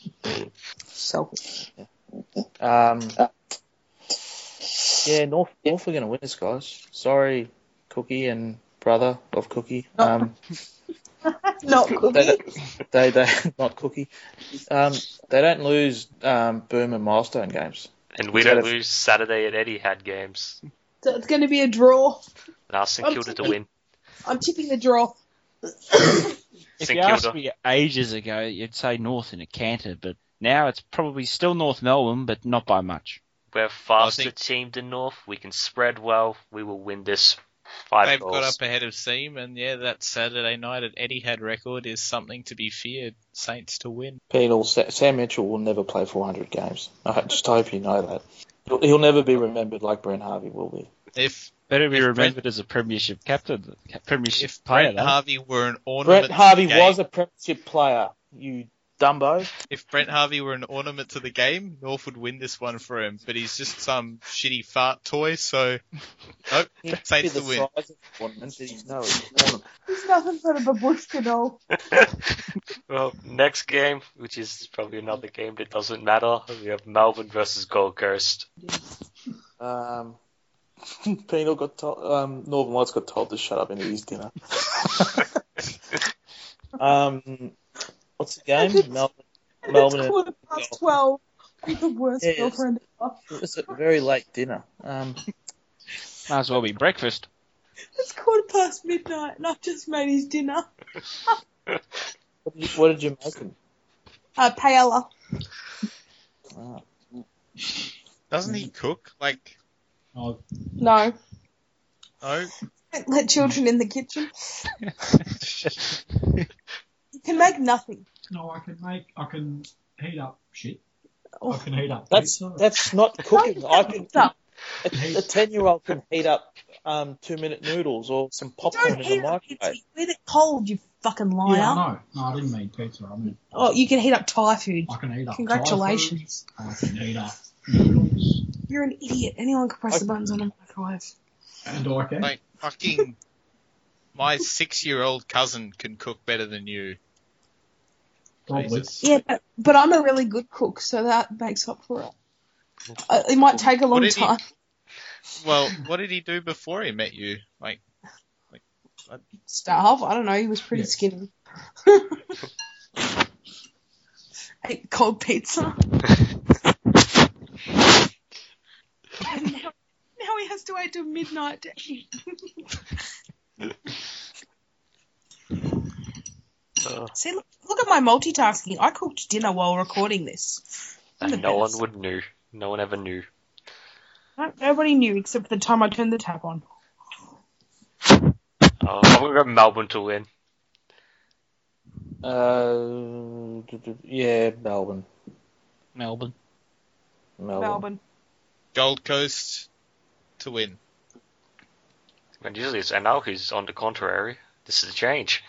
Speaker 4: Selfish.
Speaker 2: Um, yeah, North North are going to win this, guys. Sorry, Cookie and brother of Cookie. Um,
Speaker 4: Not
Speaker 2: they,
Speaker 4: cookie.
Speaker 2: they they not Cookie. Um, they don't lose um, boom and milestone games.
Speaker 1: And we
Speaker 2: Instead
Speaker 1: don't
Speaker 2: of-
Speaker 1: lose Saturday at Etihad games.
Speaker 4: So it's going to be a draw.
Speaker 1: And ask St
Speaker 4: I'm
Speaker 1: Kilda to
Speaker 4: tipping-
Speaker 1: win.
Speaker 4: I'm tipping the draw.
Speaker 5: If
Speaker 1: St
Speaker 5: you asked
Speaker 1: Kilda.
Speaker 5: me ages ago, you'd say North in a canter, but now it's probably still North Melbourne, but not by much.
Speaker 1: We're a faster
Speaker 3: think-
Speaker 1: team than North. We can spread well. We will win this five
Speaker 3: They've
Speaker 1: goals.
Speaker 3: got up ahead of steam, and yeah, that Saturday night at Etihad record is something to be feared. Saints to win.
Speaker 2: Penal. Sa- Sam Mitchell will never play 400 games. I just hope you know that. He'll, he'll never be remembered like Brent Harvey will be.
Speaker 3: If
Speaker 5: Better be
Speaker 3: If Brent-
Speaker 5: remembered as a premiership captain, premiership
Speaker 3: if
Speaker 5: player.
Speaker 3: Brent
Speaker 5: though.
Speaker 3: Harvey were an ornament,
Speaker 2: Brent Harvey
Speaker 3: to the
Speaker 2: was
Speaker 3: game,
Speaker 2: a premiership player. You Dumbo.
Speaker 3: if Brent Harvey were an ornament to the game, North would win this one for him. But he's just some shitty fart toy, so nope, Saints to win.
Speaker 2: size of ornament, but he's no ornament.
Speaker 4: There's nothing but a babushka doll.
Speaker 1: Well, next game, which is probably another game that doesn't matter, we have Melbourne versus Gold Coast.
Speaker 2: Um, Penal got told. Um, Northern Lights got told to shut up and eat his dinner. um, what's the game? Melbourne.
Speaker 4: And
Speaker 2: Melbourne
Speaker 4: it's
Speaker 2: and-
Speaker 4: quarter past 12. You're the worst
Speaker 2: Yes.
Speaker 4: girlfriend ever.
Speaker 2: It's a very late dinner. Um,
Speaker 5: Might as well be breakfast.
Speaker 4: It's quarter past midnight and I've just made his dinner.
Speaker 2: what did you, what did you make him?
Speaker 4: Uh, paella.
Speaker 2: Ah,
Speaker 3: Doesn't he cook? Like,
Speaker 4: No.
Speaker 3: oh,
Speaker 4: Don't let children in the kitchen.
Speaker 1: Oh,
Speaker 4: You can make nothing.
Speaker 6: No, I can make, I can heat up shit. I
Speaker 4: Oh,
Speaker 6: can heat up
Speaker 2: that's
Speaker 6: pizza.
Speaker 2: that's not cooking. I can
Speaker 4: Stop.
Speaker 2: a ten year old can heat up um two minute noodles or some popcorn
Speaker 4: Don't
Speaker 2: in the
Speaker 4: heat up pizza.
Speaker 2: microwave.
Speaker 4: You eat it cold, you fucking liar.
Speaker 6: yeah, no, no, I didn't mean pizza. I mean,
Speaker 4: Oh, you can heat up Thai food.
Speaker 6: I can heat up.
Speaker 4: Congratulations.
Speaker 6: Thai food, I can heat up noodles,
Speaker 4: You're an idiot. Anyone can press the buttons on a microwave.
Speaker 6: and I can.
Speaker 3: like fucking. My six-year-old cousin can cook better than you.
Speaker 2: Oh,
Speaker 6: probably.
Speaker 3: Jesus.
Speaker 4: Yeah, but, but I'm a really good cook, so that makes up for it. Uh, it might take a
Speaker 3: What
Speaker 4: long
Speaker 3: did he-
Speaker 4: time.
Speaker 3: Well, what did he do before he met you? Like,
Speaker 4: Starve. I don't know. He was pretty
Speaker 6: Yes.
Speaker 4: skinny. Ate cold pizza. And now, now he has to wait till midnight to eat. See, look, look at my multitasking. I cooked dinner while recording this. I'm the
Speaker 1: And no one
Speaker 4: best.
Speaker 1: would knew. No one ever knew.
Speaker 4: No- Nobody knew except for the time I turned the tap on.
Speaker 1: Uh, I'm going to go Melbourne to win.
Speaker 2: Uh, d- d- yeah, Melbourne.
Speaker 5: Melbourne.
Speaker 2: Melbourne.
Speaker 4: Melbourne.
Speaker 3: Gold Coast to win.
Speaker 1: And usually it's NL who's on the contrary. This is a change.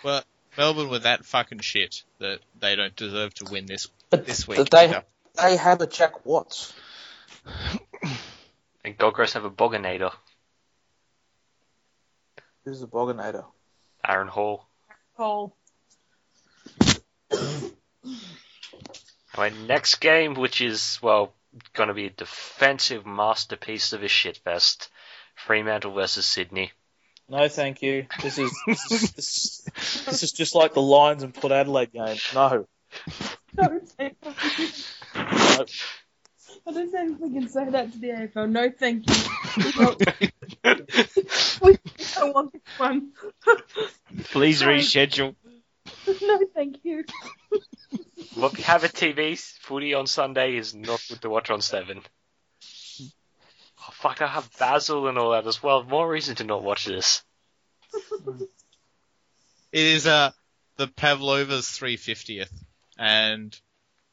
Speaker 3: Melbourne were that fucking shit that they don't deserve to win this
Speaker 2: But
Speaker 3: this
Speaker 2: th-
Speaker 3: week.
Speaker 2: they
Speaker 3: either.
Speaker 2: they have a Jack Watts.
Speaker 1: And Gold Coast have a Boganator.
Speaker 2: Who's the Boganator?
Speaker 1: Aaron Hall.
Speaker 4: Paul.
Speaker 1: My next game, which is, well, going to be a defensive masterpiece of a shitfest Fremantle versus Sydney.
Speaker 2: No, thank you. This is this is, this, this is just like the Lions and Port Adelaide game. No,
Speaker 4: No, thank you. I don't know if we can say that to the AFL. No, thank you. We don't, we don't want this one.
Speaker 5: Please
Speaker 4: Sorry.
Speaker 5: reschedule.
Speaker 4: no, thank you.
Speaker 1: What we have at TV, footy on Sunday is not good to watch on 7. Oh, fuck, I have Basil and all that as well. More reason to not watch this.
Speaker 3: It is uh the Pavlova's 350th, and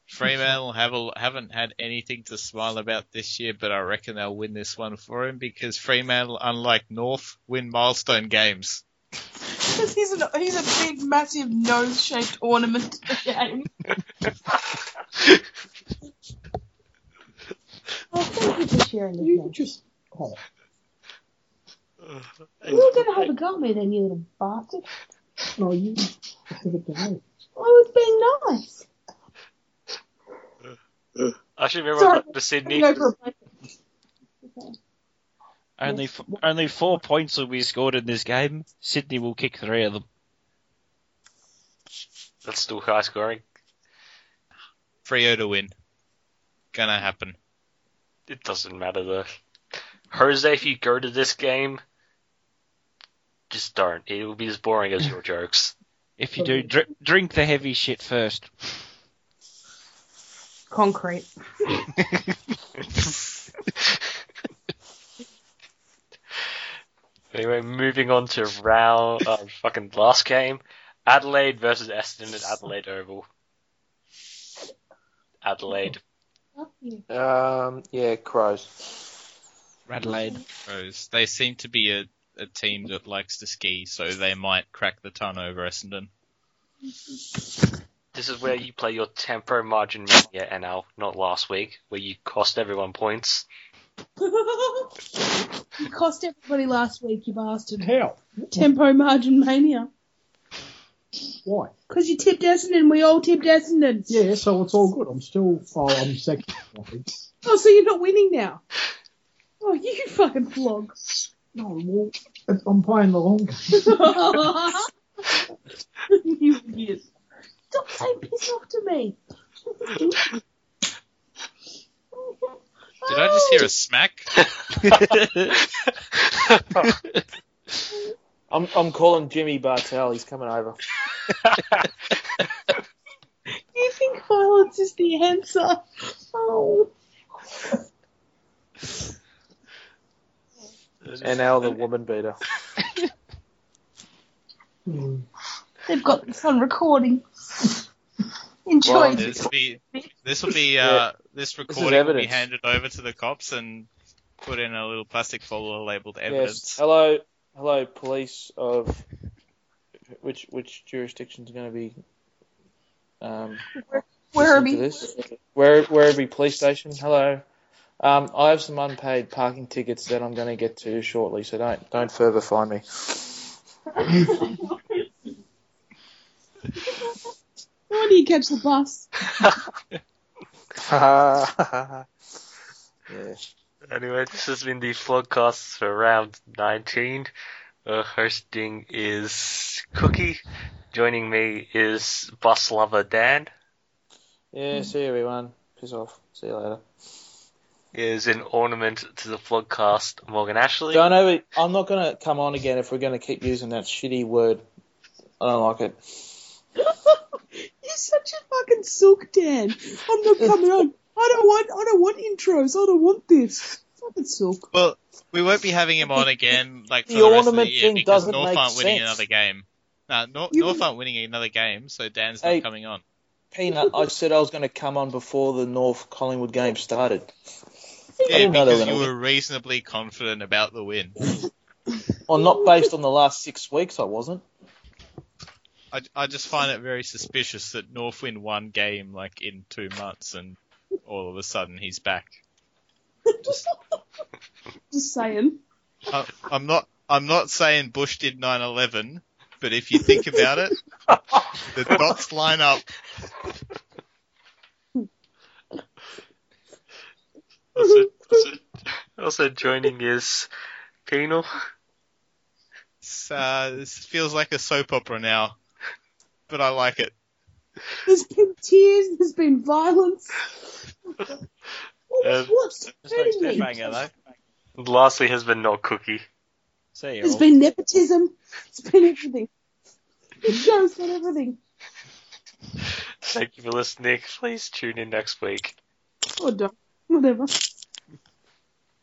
Speaker 3: Fremantle have a, haven't had anything to smile about this year, but I reckon they'll win this one for him because Fremantle, unlike North, win milestone games.
Speaker 4: Because he's, an, he's a big, massive nose shaped ornament to the game. oh, thank you for sharing this.
Speaker 7: You
Speaker 4: mate.
Speaker 7: just oh,
Speaker 4: You're going to have a go at me then, you little bastard. Oh,
Speaker 7: no, you give it away.
Speaker 4: I was being nice.
Speaker 1: I should remember
Speaker 4: Sorry.
Speaker 1: I got to Sydney.
Speaker 4: Let me go for a break.
Speaker 5: Only f- only four points will be scored in this game. Sydney will kick three of them.
Speaker 1: That's still high scoring.
Speaker 3: Frio to win, gonna happen.
Speaker 1: It doesn't matter though. Jose, if you go to this game, just don't. It will be as boring as your jokes.
Speaker 5: If you do, dr- drink the heavy shit first.
Speaker 4: Concrete.
Speaker 1: Anyway, moving on to round uh, fucking last game, Adelaide versus Eston at Adelaide Oval. Adelaide.
Speaker 2: um, yeah, crows.
Speaker 5: Adelaide.
Speaker 3: Rose. They seem to be a, a team that likes to ski, so they might crack the ton over Essendon.
Speaker 1: This is where you play your tempo margin mania NL, not last week, where you cost everyone points.
Speaker 4: you cost everybody last week, you bastard.
Speaker 7: How?
Speaker 4: Tempo margin mania.
Speaker 7: Why?
Speaker 4: Because you tipped Essendon, we all tipped Essendon.
Speaker 7: Yeah, so it's all good. I'm still. Oh, I'm second. I think.
Speaker 4: Oh, so you're not winning now? Oh, you fucking flog.
Speaker 7: No, well, I'm playing the long game.
Speaker 4: you idiot. Stop saying piss off to me.
Speaker 3: Did I just hear a smack?
Speaker 2: I'm I'm calling Jimmy Bartel. He's coming over.
Speaker 4: You think violence is the answer? Oh.
Speaker 2: NL the woman beater.
Speaker 7: Hmm.
Speaker 4: They've got this on recording. Enjoy.
Speaker 2: Well,
Speaker 3: This will be this will be uh, this recording will be
Speaker 2: evidence.
Speaker 3: handed over to the cops and put in a little plastic folder labeled
Speaker 2: Yes. Oh.
Speaker 3: evidence.
Speaker 2: Hello, hello, police of which which jurisdiction's going to be um,
Speaker 4: Where are
Speaker 2: listening to
Speaker 4: we?
Speaker 2: this? Where Werribee police station. Hello. Um, I have some unpaid parking tickets that I'm going to get to shortly, so don't don't further find me.
Speaker 4: Why do you catch the bus?
Speaker 2: yeah.
Speaker 1: Anyway, this has been the podcast for round 19. Uh, hosting is Cookie. Joining me is Bus Lover Dan.
Speaker 2: Yeah. See you, everyone. Piss off. See you later.
Speaker 1: Is an ornament to the podcast Morgan Ashley.
Speaker 2: Don't over. I'm not going to come on again if we're going to keep using that shitty word. I don't like it.
Speaker 4: You're such a fucking silk Dan. I'm not coming on. I don't want. I don't want intros. I don't want this. Fucking silk.
Speaker 3: Well, we won't be having him on again like for
Speaker 2: The
Speaker 3: the, rest of the
Speaker 2: ornament
Speaker 3: year
Speaker 2: thing
Speaker 3: because
Speaker 2: doesn't
Speaker 3: North
Speaker 2: make
Speaker 3: aren't winning
Speaker 2: sense.
Speaker 3: another game. No, Nor-
Speaker 4: You-
Speaker 3: North aren't winning another game, so Dan's not
Speaker 2: Hey.
Speaker 3: coming on.
Speaker 2: Peanut, I said I was going to come on before the North Collingwood game started. I
Speaker 3: Yeah,
Speaker 2: didn't know they were
Speaker 3: because you
Speaker 2: gonna
Speaker 3: were reasonably confident about the win.
Speaker 2: Well, not based on the last six weeks, I wasn't.
Speaker 3: I, I just find it very suspicious that North win one game like in two months, and all of a sudden he's back.
Speaker 4: Just saying.
Speaker 3: I, I'm not I'm not saying Bush did 9/11, but if you think about it, the dots line up.
Speaker 1: Also, also, also joining is penal.
Speaker 3: It's, uh, this feels like a soap opera now, but I like it.
Speaker 4: There's been tears. There's been violence. What,
Speaker 1: Um,
Speaker 4: what's
Speaker 5: There's no
Speaker 4: hurting me?
Speaker 5: cliffhanger though.
Speaker 1: Lastly, has been no cookie.
Speaker 5: See you
Speaker 4: There's
Speaker 5: all.
Speaker 4: been nepotism. It's been everything. The show's got everything.
Speaker 1: Thank you for listening. Please tune in next week.
Speaker 4: Or Oh, don't. Whatever.